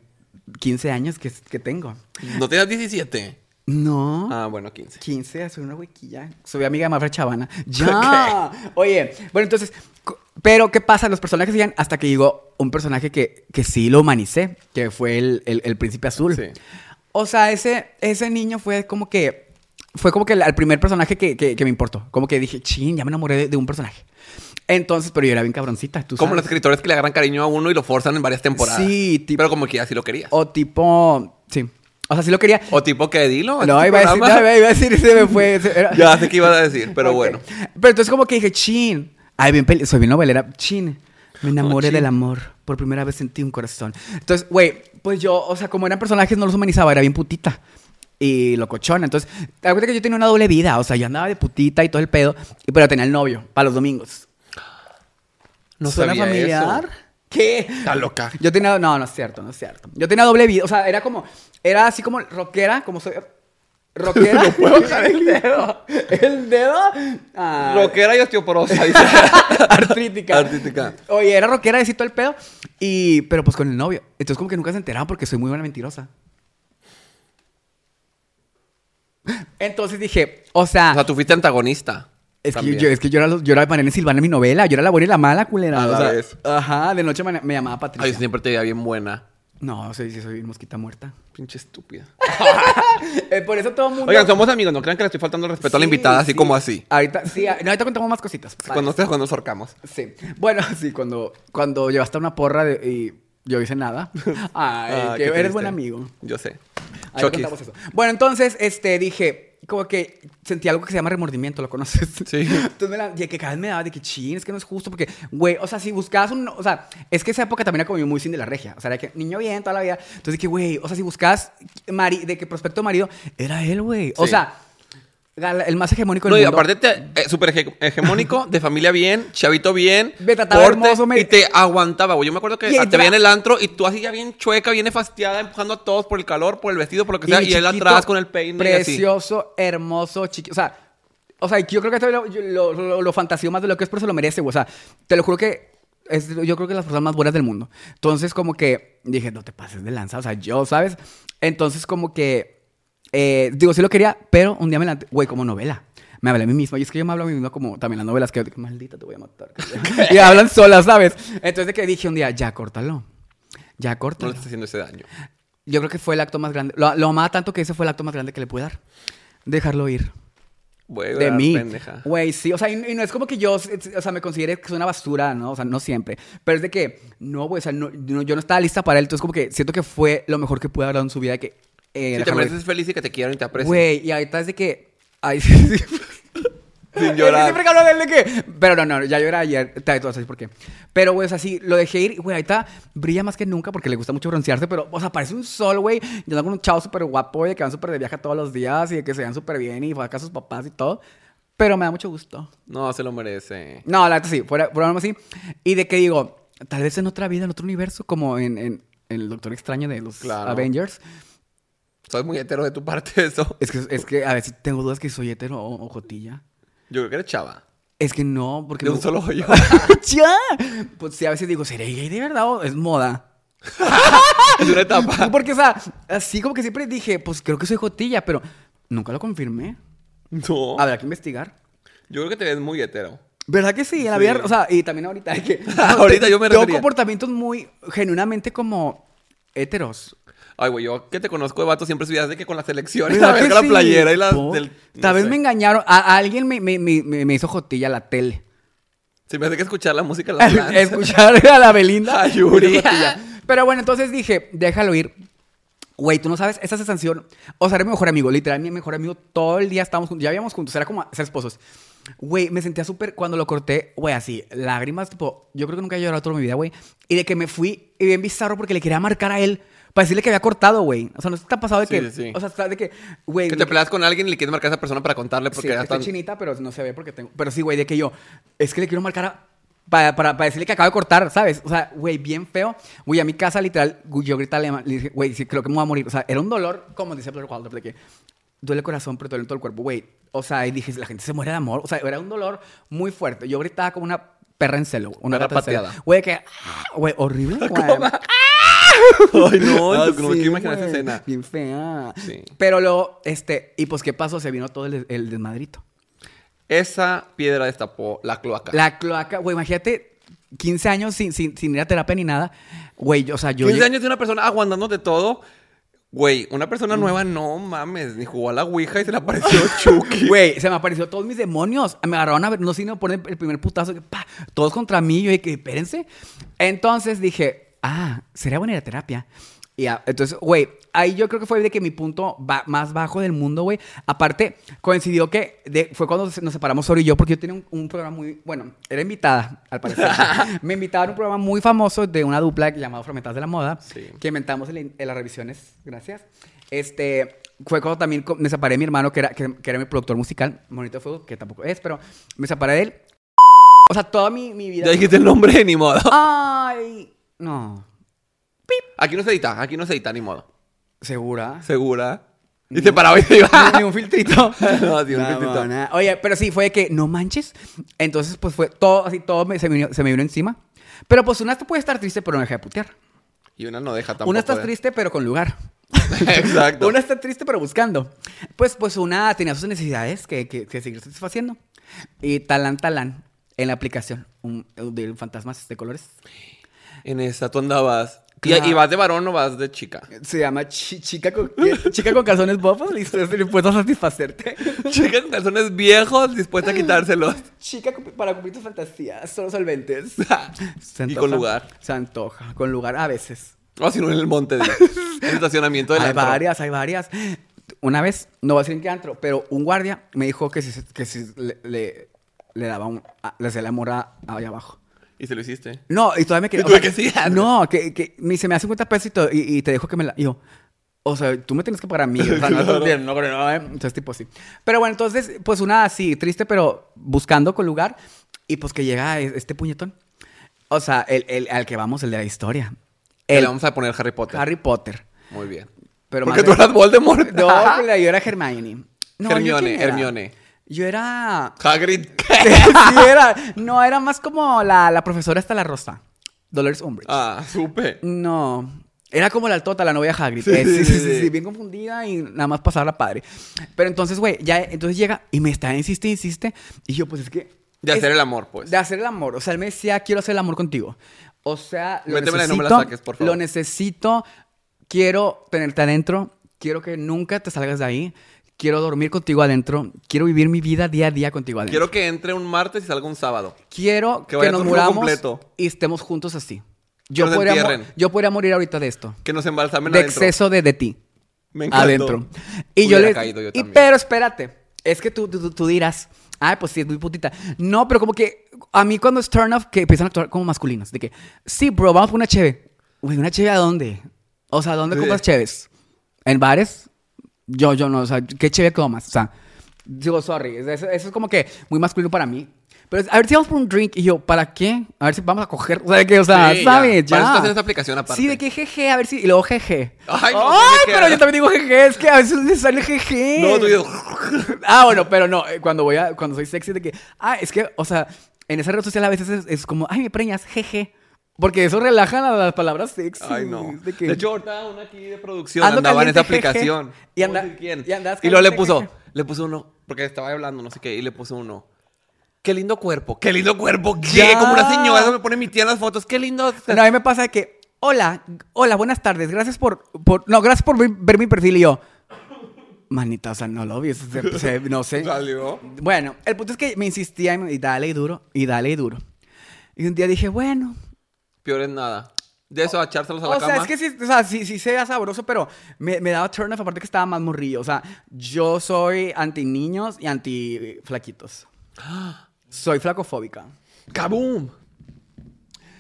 [SPEAKER 2] 15 años que, que tengo.
[SPEAKER 3] No tenías 17.
[SPEAKER 2] No.
[SPEAKER 3] Ah, bueno, 15.
[SPEAKER 2] 15, soy una huequilla. Soy amiga de Mafra Chavana. ¡Ya! Oye, bueno, entonces, co- pero ¿qué pasa? Los personajes siguen hasta que llegó un personaje que, que sí lo humanicé, que fue el, el- el príncipe azul.
[SPEAKER 3] Sí.
[SPEAKER 2] O sea, ese, ese niño fue como que. Fue como que el, el primer personaje que, que- que me importó. Como que dije, chin, ya me enamoré de, de un personaje. Entonces, pero yo era bien cabroncita. ¿tú
[SPEAKER 3] Como
[SPEAKER 2] sabes?
[SPEAKER 3] los escritores que le agarran cariño a uno y lo forzan en varias temporadas.
[SPEAKER 2] Sí, Oh. tipo-
[SPEAKER 3] Pero como que ya sí lo querías.
[SPEAKER 2] O tipo. Sí. O sea, sí lo quería.
[SPEAKER 3] O tipo que dilo.
[SPEAKER 2] No,
[SPEAKER 3] este
[SPEAKER 2] iba a decir,
[SPEAKER 3] programa.
[SPEAKER 2] no, iba a decir, se me fue. se- era-
[SPEAKER 3] Ya sé qué ibas a decir, pero
[SPEAKER 2] Ok.
[SPEAKER 3] bueno.
[SPEAKER 2] Pero entonces como que dije, chin. Ay, bien peli- soy bien novelera. Chin. Me enamoré
[SPEAKER 3] Oh, chin.
[SPEAKER 2] del amor. Por primera vez sentí un corazón. Entonces, güey, pues yo, o sea, como eran personajes, no los humanizaba, era bien putita. Y locochona. Entonces, te das cuenta que yo tenía una doble vida. O sea, yo andaba de putita y todo el pedo. y- Pero tenía el novio para los domingos.
[SPEAKER 3] No
[SPEAKER 2] ¿Suena
[SPEAKER 3] sabía
[SPEAKER 2] familiar?
[SPEAKER 3] eso.
[SPEAKER 2] ¿Qué?
[SPEAKER 3] Está loca.
[SPEAKER 2] Yo tenía. No, no es cierto, no es cierto. Yo tenía doble vida. O sea, era como. Era así como rockera, como soy. ¿Rockera?
[SPEAKER 3] No puedo dejar el
[SPEAKER 2] dedo. ¿El dedo? Ah,
[SPEAKER 3] Rockera y osteoporosa. dice.
[SPEAKER 2] Artrítica.
[SPEAKER 3] Artrítica.
[SPEAKER 2] Oye, era rockera, decía todo el pedo. Y. Pero pues con el novio. Entonces, como que nunca se enteraron porque soy muy buena mentirosa. Entonces dije, o sea.
[SPEAKER 3] o sea, tú fuiste antagonista.
[SPEAKER 2] Es que,
[SPEAKER 3] también.
[SPEAKER 2] yo, es que yo era, los- yo era Mariana Silvana en mi novela, yo era la buena y la mala culera.
[SPEAKER 3] A
[SPEAKER 2] o
[SPEAKER 3] la
[SPEAKER 2] sea,
[SPEAKER 3] vez.
[SPEAKER 2] Ajá, de noche me, me llamaba
[SPEAKER 3] Ay,
[SPEAKER 2] Patricia.
[SPEAKER 3] yo siempre te veía bien buena.
[SPEAKER 2] No, soy, sí, soy mosquita muerta.
[SPEAKER 3] Pinche estúpida.
[SPEAKER 2] Eh, por eso todo el mundo.
[SPEAKER 3] Oigan, somos amigos. No crean que le estoy faltando el respeto a la
[SPEAKER 2] Sí,
[SPEAKER 3] invitada así
[SPEAKER 2] sí.
[SPEAKER 3] como así.
[SPEAKER 2] Ahorita, sí, a- no, ahorita contamos más cositas. Vale.
[SPEAKER 3] Cuando, cuando nos ahorcamos.
[SPEAKER 2] Sí. Bueno, sí, cuando, cuando llevaste una porra de- y yo hice nada. Ay,
[SPEAKER 3] Ah,
[SPEAKER 2] que
[SPEAKER 3] qué
[SPEAKER 2] eres
[SPEAKER 3] triste.
[SPEAKER 2] buen amigo.
[SPEAKER 3] Yo sé.
[SPEAKER 2] Ahí
[SPEAKER 3] Chokis.
[SPEAKER 2] contamos eso. Bueno, entonces, este, dije, como que sentí algo que se llama remordimiento, ¿lo conoces?
[SPEAKER 3] Sí.
[SPEAKER 2] Entonces me la, y que cada vez me daba de que chin, es que no es justo, porque, güey, o sea, si buscabas un, o sea, es que esa época también era como yo muy sin de la regia, o sea, era que niño bien toda la vida, entonces dije, güey, o sea, si buscabas mari- de que prospecto marido, era él, güey, o
[SPEAKER 3] Sí.
[SPEAKER 2] sea, gal- el más hegemónico del
[SPEAKER 3] No, y
[SPEAKER 2] mundo.
[SPEAKER 3] aparte, te- eh, súper hege- hegemónico, de familia bien, chavito bien,
[SPEAKER 2] Me trataba hermoso, me-
[SPEAKER 3] y te aguantaba, güey. Yo me acuerdo que ah,
[SPEAKER 2] Y
[SPEAKER 3] te
[SPEAKER 2] entra-
[SPEAKER 3] veía en el antro y tú así ya bien chueca, bien fastiada, empujando a todos por el calor, por el vestido, por lo que sea, y él
[SPEAKER 2] chiquito,
[SPEAKER 3] atrás con el peine y así.
[SPEAKER 2] Precioso, hermoso, chiquito. O sea, o sea, yo creo que esto lo, yo- lo, lo- lo fantaseo más de lo que es, pero se lo merece, güey. O sea, te lo juro que es, yo creo que es las personas más buenas del mundo. Entonces, como que dije, no te pases de lanza. O sea, yo, ¿sabes? Entonces, como que, eh, digo, sí lo quería, pero un día me la, güey, como novela. Me hablé a mí mismo. Y es que yo me hablo a mí mismo como también las novelas que maldita te voy a matar. y hablan solas, ¿sabes? Entonces, de que dije un día, ya, córtalo. Ya,
[SPEAKER 3] No le
[SPEAKER 2] córtalo.
[SPEAKER 3] estás haciendo ese daño.
[SPEAKER 2] Yo creo que fue el acto más grande. Lo, lo amaba tanto que ese fue el acto más grande que le pude dar. Dejarlo ir.
[SPEAKER 3] Güey,
[SPEAKER 2] De
[SPEAKER 3] ¿verdad,
[SPEAKER 2] mí.
[SPEAKER 3] pendeja?
[SPEAKER 2] Güey, sí. O sea, y, y no es como que yo, o sea, me considere que soy una basura, ¿no? O sea, no siempre. Pero es de que, no, güey, o sea, no- no- yo no estaba lista para él. Entonces, como que siento que fue lo mejor que pude haber dado en su vida. Que
[SPEAKER 1] Si
[SPEAKER 2] eh,
[SPEAKER 1] te
[SPEAKER 2] déjame ver.
[SPEAKER 1] mereces feliz y que te quieran y te aprecien.
[SPEAKER 2] Güey, y ahorita es de que. Ay, sí, sí.
[SPEAKER 1] Sin llorar.
[SPEAKER 2] Siempre que hablo de él de que. Pero no, no, ya lloraba ayer. Te te voy a decir por qué. Pero, güey, o sea, sí, lo dejé ir. Güey, ahorita brilla más que nunca porque le gusta mucho broncearse. Pero, o sea, parece un sol, güey. Y anda con un chavo súper guapo y de que van súper de viaje todos los días y de que se vean súper bien y fue acá a sus papás y todo. Pero me da mucho gusto.
[SPEAKER 1] No, se lo merece.
[SPEAKER 2] No, la neta sí, fuera, fuera broma, sí. Y de que digo, tal vez en otra vida, en otro universo, como en, en- en el Doctor Extraño de los
[SPEAKER 1] Claro.
[SPEAKER 2] Avengers.
[SPEAKER 1] Soy muy hetero de tu parte eso.
[SPEAKER 2] Es que, es que a veces tengo dudas que soy hetero o, o jotilla.
[SPEAKER 1] Yo creo que eres chava.
[SPEAKER 2] Es que no, porque...
[SPEAKER 1] De
[SPEAKER 2] me-
[SPEAKER 1] un solo hoyo.
[SPEAKER 2] ¡Ya! Pues sí, a veces digo, ¿seré gay de verdad o es moda?
[SPEAKER 1] es una etapa.
[SPEAKER 2] Porque, o sea, así como que siempre dije, pues creo que soy jotilla, pero nunca lo confirmé.
[SPEAKER 1] No.
[SPEAKER 2] Habrá que investigar.
[SPEAKER 1] Yo creo que te ves muy hetero.
[SPEAKER 2] ¿Verdad que sí? En la
[SPEAKER 1] Sí.
[SPEAKER 2] vida, o sea, y también ahorita hay que...
[SPEAKER 1] Ahorita yo me
[SPEAKER 2] Tengo
[SPEAKER 1] refería.
[SPEAKER 2] comportamientos muy, genuinamente como heteros.
[SPEAKER 1] Ay, güey, yo que te conozco de vato siempre subías de que con la selección y
[SPEAKER 2] ¿Verdad
[SPEAKER 1] la,
[SPEAKER 2] que
[SPEAKER 1] verga, la
[SPEAKER 2] sí?
[SPEAKER 1] playera y la
[SPEAKER 2] Por-
[SPEAKER 1] del. no
[SPEAKER 2] Tal vez
[SPEAKER 1] sé.
[SPEAKER 2] me engañaron. A, a alguien me, me- me- me- me hizo jotilla la tele.
[SPEAKER 1] Se me hace que escuchar la música la danza.
[SPEAKER 2] Escuchar a la Belinda.
[SPEAKER 1] A Yuri.
[SPEAKER 2] me hizo jotilla. Pero bueno, entonces dije, déjalo ir. Güey, tú no sabes, esa sensación. O sea, era mi mejor amigo, literal, mi mejor amigo. Todo el día estábamos juntos, ya habíamos juntos, era como ser esposos. Güey, me sentía súper cuando lo corté, güey, así, lágrimas, tipo, yo creo que nunca he llorado toda mi vida, güey. Y de que me fui, y bien bizarro, porque le quería marcar a él para decirle que había cortado, güey. O sea, no se te ha pasado de
[SPEAKER 1] Sí,
[SPEAKER 2] que.
[SPEAKER 1] sí, sí.
[SPEAKER 2] O sea, está de que, güey.
[SPEAKER 1] Que
[SPEAKER 2] de
[SPEAKER 1] te
[SPEAKER 2] que-
[SPEAKER 1] peleas con alguien y le quieres marcar a esa persona para contarle porque
[SPEAKER 2] sí,
[SPEAKER 1] ya
[SPEAKER 2] está
[SPEAKER 1] están.
[SPEAKER 2] chinita, pero no se ve porque tengo. Pero sí, güey, de que yo. Es que le quiero marcar a- para, para, para decirle que acabo de cortar, ¿sabes? O sea, güey, bien feo. Güey, a mi casa, literal, güey, yo gritaba, le dije, güey, sí, creo que me voy a morir. O sea, era un dolor, como dice Blair Waldorf, de que duele el corazón, pero duele todo el cuerpo, güey. O sea, y dije, la gente se muere de amor. O sea, era un dolor muy fuerte. Yo gritaba como una perra en celo, güey, una
[SPEAKER 1] Perra
[SPEAKER 2] gata en celo.
[SPEAKER 1] pateada.
[SPEAKER 2] Güey, que. ah, Güey, horrible, güey.
[SPEAKER 1] Ay, no,
[SPEAKER 2] Ah,
[SPEAKER 1] no quiero
[SPEAKER 2] sí,
[SPEAKER 1] imaginar esa
[SPEAKER 2] güey.
[SPEAKER 1] escena.
[SPEAKER 2] Bien fea.
[SPEAKER 1] Sí.
[SPEAKER 2] Pero luego, este, y pues, ¿qué pasó? Se vino todo el, des- el desmadrito.
[SPEAKER 1] Esa piedra destapó la cloaca.
[SPEAKER 2] La cloaca, güey, imagínate 15 años sin, sin, sin ir a terapia ni nada. Güey, yo- o sea, yo.
[SPEAKER 1] 15
[SPEAKER 2] lleg-
[SPEAKER 1] años de una persona aguantándote todo. Güey, una
[SPEAKER 2] Mm.
[SPEAKER 1] persona nueva, no mames, ni jugó a la Ouija y se le apareció Chucky.
[SPEAKER 2] Güey, se me apareció todos mis demonios. Me agarraron a ver, no sé si me ponen el primer putazo, que, pa, todos contra mí. Yo dije, espérense. Entonces dije, ah, sería buena ir a terapia. Y ya, entonces, güey, ahí yo creo que fue de que mi punto ba- más bajo del mundo, güey. Aparte, coincidió que de- fue cuando se- nos separamos Sori y yo, porque yo tenía un, un programa muy, bueno, era invitada, al parecer. me invitaron a un programa muy famoso de una dupla llamado Fragmentadas de la Moda,
[SPEAKER 1] Sí.
[SPEAKER 2] que inventamos en, la- en las revisiones, gracias. Este, fue cuando también co- me separé de mi hermano, que era, que, que era mi productor musical, Monito Fuego, que tampoco es, pero me separé de él. O sea, toda mi, mi vida.
[SPEAKER 1] Ya dijiste el nombre, ni modo.
[SPEAKER 2] Ay, no.
[SPEAKER 1] Aquí no se edita, aquí no se edita, ni modo.
[SPEAKER 2] ¿Segura?
[SPEAKER 1] Segura. Y te paraba y te iba.
[SPEAKER 2] Ni- Ni un filtrito.
[SPEAKER 1] No, sí, un
[SPEAKER 2] No,
[SPEAKER 1] filtrito.
[SPEAKER 2] no. Oye, pero sí, fue de que no manches. Entonces, pues fue todo, así todo me- se, me vino, se me vino encima. Pero pues una puede estar triste, pero no deja de putear.
[SPEAKER 1] Y una no deja tampoco.
[SPEAKER 2] una está
[SPEAKER 1] de-
[SPEAKER 2] triste, pero con lugar.
[SPEAKER 1] Exacto.
[SPEAKER 2] Una está triste, pero buscando. Pues, pues una tenía sus necesidades que, que, que seguir satisfaciendo. Y talán, talán, en la aplicación un, de fantasmas de colores.
[SPEAKER 1] En esa tú andabas. Y-
[SPEAKER 2] Claro.
[SPEAKER 1] Y, vas de varón o vas de chica.
[SPEAKER 2] Se llama chi- chica, con, chica con calzones bofos, listo, estoy dispuesto a satisfacerte.
[SPEAKER 1] Chica con calzones viejos, dispuesta a quitárselos.
[SPEAKER 2] Chica cu- para cumplir tus fantasías, solo solventes. Se
[SPEAKER 1] Y
[SPEAKER 2] antoja.
[SPEAKER 1] con lugar.
[SPEAKER 2] Se antoja, con lugar a veces.
[SPEAKER 1] O si no, en el monte. digo. En el estacionamiento de
[SPEAKER 2] Hay
[SPEAKER 1] la
[SPEAKER 2] varias, hay varias. Una vez, no voy a decir en qué antro, pero un guardia me dijo que si, se- que si le, le, le daba un... a- Le hacía la morra allá abajo.
[SPEAKER 1] Y se lo hiciste.
[SPEAKER 2] No, y todavía me quedé...
[SPEAKER 1] Y tú de que sí, Andrés.
[SPEAKER 2] No, que, que me, se me da 50 pesos y, to- y, y te dejo que me la... y yo, o sea, tú me tienes que pagar a mí. O sea, no,
[SPEAKER 1] Claro.
[SPEAKER 2] no, no, no, ¿eh? Entonces, tipo, sí. Pero bueno, entonces, pues una así, triste, pero buscando con lugar. Y pues que llega e- este puñetón. O sea, el, el- al que vamos, el de la historia.
[SPEAKER 1] Que
[SPEAKER 2] El
[SPEAKER 1] le vamos a poner Harry Potter.
[SPEAKER 2] Harry Potter.
[SPEAKER 1] Muy bien.
[SPEAKER 2] Pero
[SPEAKER 1] Porque
[SPEAKER 2] más
[SPEAKER 1] tú
[SPEAKER 2] de-
[SPEAKER 1] eras Voldemort.
[SPEAKER 2] No, pero yo era Hermione. No, ¿yo
[SPEAKER 1] Hermione,
[SPEAKER 2] quién era?
[SPEAKER 1] Hermione.
[SPEAKER 2] Yo era...
[SPEAKER 1] Hagrid.
[SPEAKER 2] sí, era. No, era más como la, la profesora hasta la rosa. Dolores Umbridge.
[SPEAKER 1] Ah, supe.
[SPEAKER 2] No. Era como la altota, la novia Hagrid. Eh,
[SPEAKER 1] Sí,
[SPEAKER 2] Sí, sí, sí,
[SPEAKER 1] sí.
[SPEAKER 2] sí, bien confundida y nada más pasarla padre. Pero entonces, güey, ya entonces llega y me está insiste, insiste y yo pues es que
[SPEAKER 1] De
[SPEAKER 2] es-
[SPEAKER 1] hacer el amor, pues.
[SPEAKER 2] de hacer el amor, o sea, él me decía, "Quiero hacer el amor contigo." O sea, lo
[SPEAKER 1] Métemela y no
[SPEAKER 2] necesito.
[SPEAKER 1] me la saques, por favor.
[SPEAKER 2] Lo necesito. Quiero tenerte adentro, quiero que nunca te salgas de ahí. Quiero dormir contigo adentro, quiero vivir mi vida día a día contigo adentro.
[SPEAKER 1] Quiero que entre un martes y salga un sábado.
[SPEAKER 2] Quiero
[SPEAKER 1] Que
[SPEAKER 2] que,
[SPEAKER 1] vaya
[SPEAKER 2] nos
[SPEAKER 1] tu grupo
[SPEAKER 2] muramos
[SPEAKER 1] completo.
[SPEAKER 2] y estemos juntos así.
[SPEAKER 1] nos
[SPEAKER 2] Yo podría, mo-
[SPEAKER 1] entierren.
[SPEAKER 2] yo podría morir ahorita de esto.
[SPEAKER 1] Que nos embalsamen
[SPEAKER 2] de
[SPEAKER 1] adentro.
[SPEAKER 2] exceso de, de ti.
[SPEAKER 1] Me encantó.
[SPEAKER 2] adentro. Y yo
[SPEAKER 1] Hubiera
[SPEAKER 2] le.
[SPEAKER 1] caído yo
[SPEAKER 2] y,
[SPEAKER 1] también.
[SPEAKER 2] pero espérate, es que tú, tú, tú- tú dirás, ay, pues sí, es muy putita. No, pero como que a mí cuando es turn off, que empiezan a actuar como masculinos, de que, sí, bro, vamos por una cheve. Güey, ¿una cheve a dónde? O sea, ¿dónde
[SPEAKER 1] Sí.
[SPEAKER 2] compras cheves? ¿En bares? Yo, yo no, o sea, ¿qué cheve comas? O sea, digo, sorry, eso, eso es como que muy masculino para mí. Pero es, a ver si vamos por un drink y yo, ¿para qué? A ver si vamos a coger, o sea, de que, o sea,
[SPEAKER 1] Sí, ya.
[SPEAKER 2] ¿sabes?
[SPEAKER 1] Para
[SPEAKER 2] Ya.
[SPEAKER 1] eso estás en esta aplicación aparte.
[SPEAKER 2] Sí, de que jeje, a ver si, y luego jeje.
[SPEAKER 1] Ay,
[SPEAKER 2] Ay,
[SPEAKER 1] no, jeje.
[SPEAKER 2] pero yo también digo jeje, es que a veces me sale jeje.
[SPEAKER 1] No, tú dices,
[SPEAKER 2] Ah, bueno, pero no, eh, cuando voy a, cuando soy sexy de que, ah, es que, o sea, en esa red social a veces es, es como, ay, me preñas, jeje. Porque eso relaja la- las palabras sexy.
[SPEAKER 1] Ay, no.
[SPEAKER 2] es
[SPEAKER 1] De,
[SPEAKER 2] De que,
[SPEAKER 1] hecho, ahorita una aquí de producción
[SPEAKER 2] Ando
[SPEAKER 1] andaba en
[SPEAKER 2] caliente,
[SPEAKER 1] esa aplicación.
[SPEAKER 2] jeje. Y
[SPEAKER 1] No voy a
[SPEAKER 2] anda-
[SPEAKER 1] decir quién.
[SPEAKER 2] y andas
[SPEAKER 1] Y luego le
[SPEAKER 2] caliente,
[SPEAKER 1] puso,
[SPEAKER 2] jeje.
[SPEAKER 1] le puso uno, porque estaba hablando, no sé qué, y le puso uno. Qué lindo cuerpo, qué lindo cuerpo, qué
[SPEAKER 2] Ya.
[SPEAKER 1] como una señora eso me pone mi tía en las fotos, qué lindo.
[SPEAKER 2] no, a mí me pasa de que, hola, hola, buenas tardes, gracias por, por no, gracias por ver, ver mi perfil y yo. Manita, o sea, no lo vi, eso se- se- no sé.
[SPEAKER 1] Salió.
[SPEAKER 2] Bueno, el punto es que me insistía y, me- y dale y duro, y dale y duro. Y un día dije, bueno.
[SPEAKER 1] Peor es nada. De eso, echárselos a la
[SPEAKER 2] O
[SPEAKER 1] cama.
[SPEAKER 2] sea, es que sí, o sea, sí, sí se vea sabroso, pero me, me daba turn off, aparte que estaba más morrillo. O sea, yo soy anti niños y anti flaquitos. Soy flacofóbica.
[SPEAKER 1] ¡Kaboom!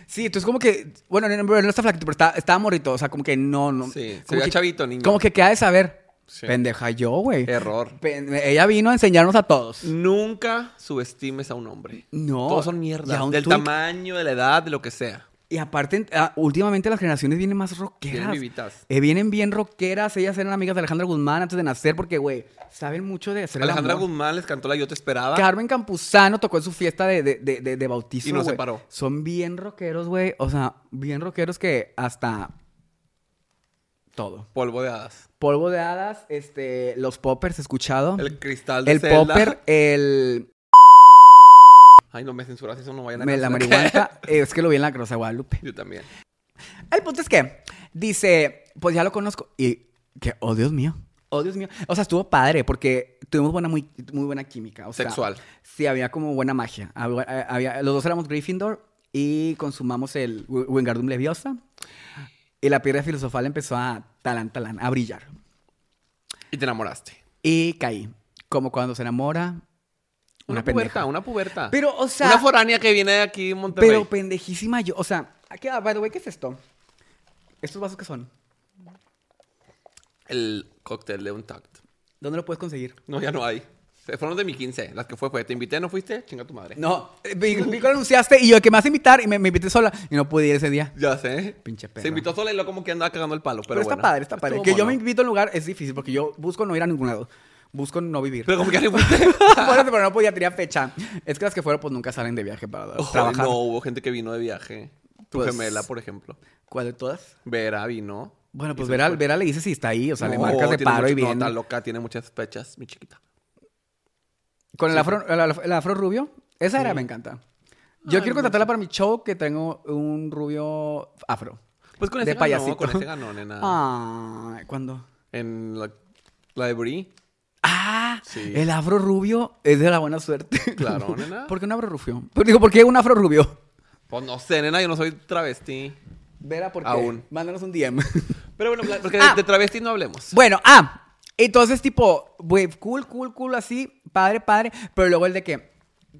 [SPEAKER 2] Sí, entonces como que, bueno, no, no, no está flaquito, pero está- estaba morrito, o sea, como que no, no.
[SPEAKER 1] Sí, se
[SPEAKER 2] como
[SPEAKER 1] veía
[SPEAKER 2] que-
[SPEAKER 1] chavito, niño.
[SPEAKER 2] Como que queda de saber.
[SPEAKER 1] Sí.
[SPEAKER 2] Pendeja yo, güey.
[SPEAKER 1] Error.
[SPEAKER 2] Pen- ella vino a enseñarnos a todos.
[SPEAKER 1] Nunca subestimes a un hombre.
[SPEAKER 2] No.
[SPEAKER 1] Todos son
[SPEAKER 2] Y a
[SPEAKER 1] mierdas.
[SPEAKER 2] un
[SPEAKER 1] Del
[SPEAKER 2] twink.
[SPEAKER 1] tamaño, de la edad, de lo que sea.
[SPEAKER 2] Y aparte, en- ah, últimamente las generaciones vienen más
[SPEAKER 1] Vienen
[SPEAKER 2] rockeras.
[SPEAKER 1] vivitas.
[SPEAKER 2] Eh, vienen bien rockeras. Ellas eran amigas de Alejandra Guzmán antes de nacer porque, güey, saben mucho de hacer el
[SPEAKER 1] Alejandra
[SPEAKER 2] amor.
[SPEAKER 1] Guzmán les cantó la Yo Te Esperaba.
[SPEAKER 2] Carmen Campuzano tocó en su fiesta de, de, de, de- de bautizo.
[SPEAKER 1] Y no se
[SPEAKER 2] güey.
[SPEAKER 1] paró.
[SPEAKER 2] Son bien rockeros, güey. O sea, bien rockeros que hasta todo.
[SPEAKER 1] Polvo de hadas.
[SPEAKER 2] Polvo de hadas, este, los poppers, escuchado. El,
[SPEAKER 1] El cristal de Zelda.
[SPEAKER 2] popper, el
[SPEAKER 1] Ay, no me censuras, eso no vayan a
[SPEAKER 2] me- la
[SPEAKER 1] cancelar.
[SPEAKER 2] marihuana. es que lo vi en la Rosa de Guadalupe.
[SPEAKER 1] Yo también.
[SPEAKER 2] El punto es que dice, pues ya lo conozco. Y que, oh Dios mío, oh Dios mío. O sea, estuvo padre porque tuvimos buena, muy, muy buena química. O sea,
[SPEAKER 1] Sexual.
[SPEAKER 2] Sí, había como buena magia. Había- había- los dos éramos Gryffindor y consumamos el Wi- Wingardium Leviosa. Y la piedra filosofal empezó a talán, talán, a brillar.
[SPEAKER 1] Y te enamoraste.
[SPEAKER 2] Y caí. Como cuando se enamora una,
[SPEAKER 1] Una,
[SPEAKER 2] pendeja.
[SPEAKER 1] puberta, una puberta.
[SPEAKER 2] Pero, o sea...
[SPEAKER 1] una foránea que viene de aquí, Monterrey.
[SPEAKER 2] Pero pendejísima yo. O sea, ¿qué, by the way, ¿qué es esto? ¿Estos vasos qué son?
[SPEAKER 1] El cóctel de un tact.
[SPEAKER 2] ¿Dónde lo puedes conseguir?
[SPEAKER 1] No, ya no hay. Se fueron de mi 15. Las que fue, fue. Te invité, ¿no fuiste? Chinga tu madre.
[SPEAKER 2] No, eh, vi, vi que lo anunciaste y yo que me vas a invitar y me, me invité sola y no pude ir ese día.
[SPEAKER 1] Ya sé.
[SPEAKER 2] Pinche perra.
[SPEAKER 1] Se invitó sola y luego como que andaba cagando el palo. Pero,
[SPEAKER 2] Pero, está
[SPEAKER 1] bueno.
[SPEAKER 2] padre, está padre.
[SPEAKER 1] Estuvo
[SPEAKER 2] Que yo me
[SPEAKER 1] mono.
[SPEAKER 2] invito a un lugar es difícil porque yo busco no ir a ningún lado. Busco no vivir.
[SPEAKER 1] Pero como que ya no fuiste.
[SPEAKER 2] Por eso, pero no podía, tenía fecha. Es que las que fueron pues nunca salen de viaje para
[SPEAKER 1] Ojo,
[SPEAKER 2] trabajar.
[SPEAKER 1] No, hubo gente que vino de viaje. Tu
[SPEAKER 2] Pues-
[SPEAKER 1] gemela, por ejemplo.
[SPEAKER 2] ¿Cuál de todas?
[SPEAKER 1] Vera vino.
[SPEAKER 2] Bueno, pues Vera, Vera le dice si está ahí, o sea, le
[SPEAKER 1] No,
[SPEAKER 2] marcas de
[SPEAKER 1] tiene
[SPEAKER 2] paro y
[SPEAKER 1] mucho- no,
[SPEAKER 2] bien.
[SPEAKER 1] está loca, tiene muchas fechas, mi chiquita.
[SPEAKER 2] Con el afro, el, el afro rubio, esa era, me encanta. Yo quiero contratarla para mi show que tengo un rubio afro.
[SPEAKER 1] Pues con
[SPEAKER 2] De
[SPEAKER 1] ese ganó,
[SPEAKER 2] payasito.
[SPEAKER 1] con ese ganó, nena.
[SPEAKER 2] Ah, ¿cuándo?
[SPEAKER 1] En la, la de Brie.
[SPEAKER 2] Ah,
[SPEAKER 1] Sí.
[SPEAKER 2] el afro rubio es de la buena suerte.
[SPEAKER 1] Claro, nena.
[SPEAKER 2] ¿Por qué un afro rubio? Pero digo, ¿por qué un afro rubio?
[SPEAKER 1] Pues no sé, nena, yo no soy travesti.
[SPEAKER 2] Vera, ¿por qué?
[SPEAKER 1] Aún.
[SPEAKER 2] Mándanos un DM.
[SPEAKER 1] Pero bueno, pla- porque
[SPEAKER 2] Ah.
[SPEAKER 1] de, de travesti no hablemos.
[SPEAKER 2] bueno, ah, entonces tipo, güey, cool, cool, cool, así, padre, padre, pero luego el de que,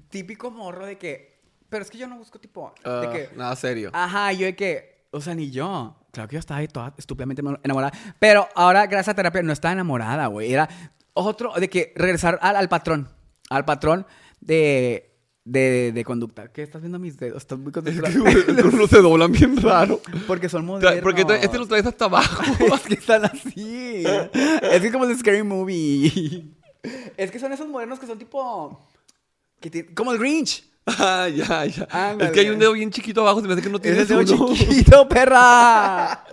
[SPEAKER 2] típico morro de que, pero es que yo no busco tipo, de
[SPEAKER 1] Ah,
[SPEAKER 2] que,
[SPEAKER 1] nada serio.
[SPEAKER 2] ajá, yo de que, o sea, ni yo. Claro que yo estaba ahí toda estúpidamente enamorada, pero ahora gracias a terapia no estaba enamorada, güey. Era otro de que regresar al, al patrón, al patrón de... De, de conducta. ¿Qué estás viendo mis dedos? Estás muy concentrada.
[SPEAKER 1] no se doblan bien raro.
[SPEAKER 2] Porque son
[SPEAKER 1] Tra-
[SPEAKER 2] modernos.
[SPEAKER 1] Porque tra- este lo traes hasta abajo.
[SPEAKER 2] es que están así. es que como de Scary Movie. es que son esos modernos que son tipo. que tienen- como el Grinch.
[SPEAKER 1] ah, ya, ya.
[SPEAKER 2] Ándale.
[SPEAKER 1] Es que hay un dedo bien chiquito abajo, se me hace que no
[SPEAKER 2] Es
[SPEAKER 1] tiene
[SPEAKER 2] el dedo
[SPEAKER 1] uno.
[SPEAKER 2] chiquito, perra.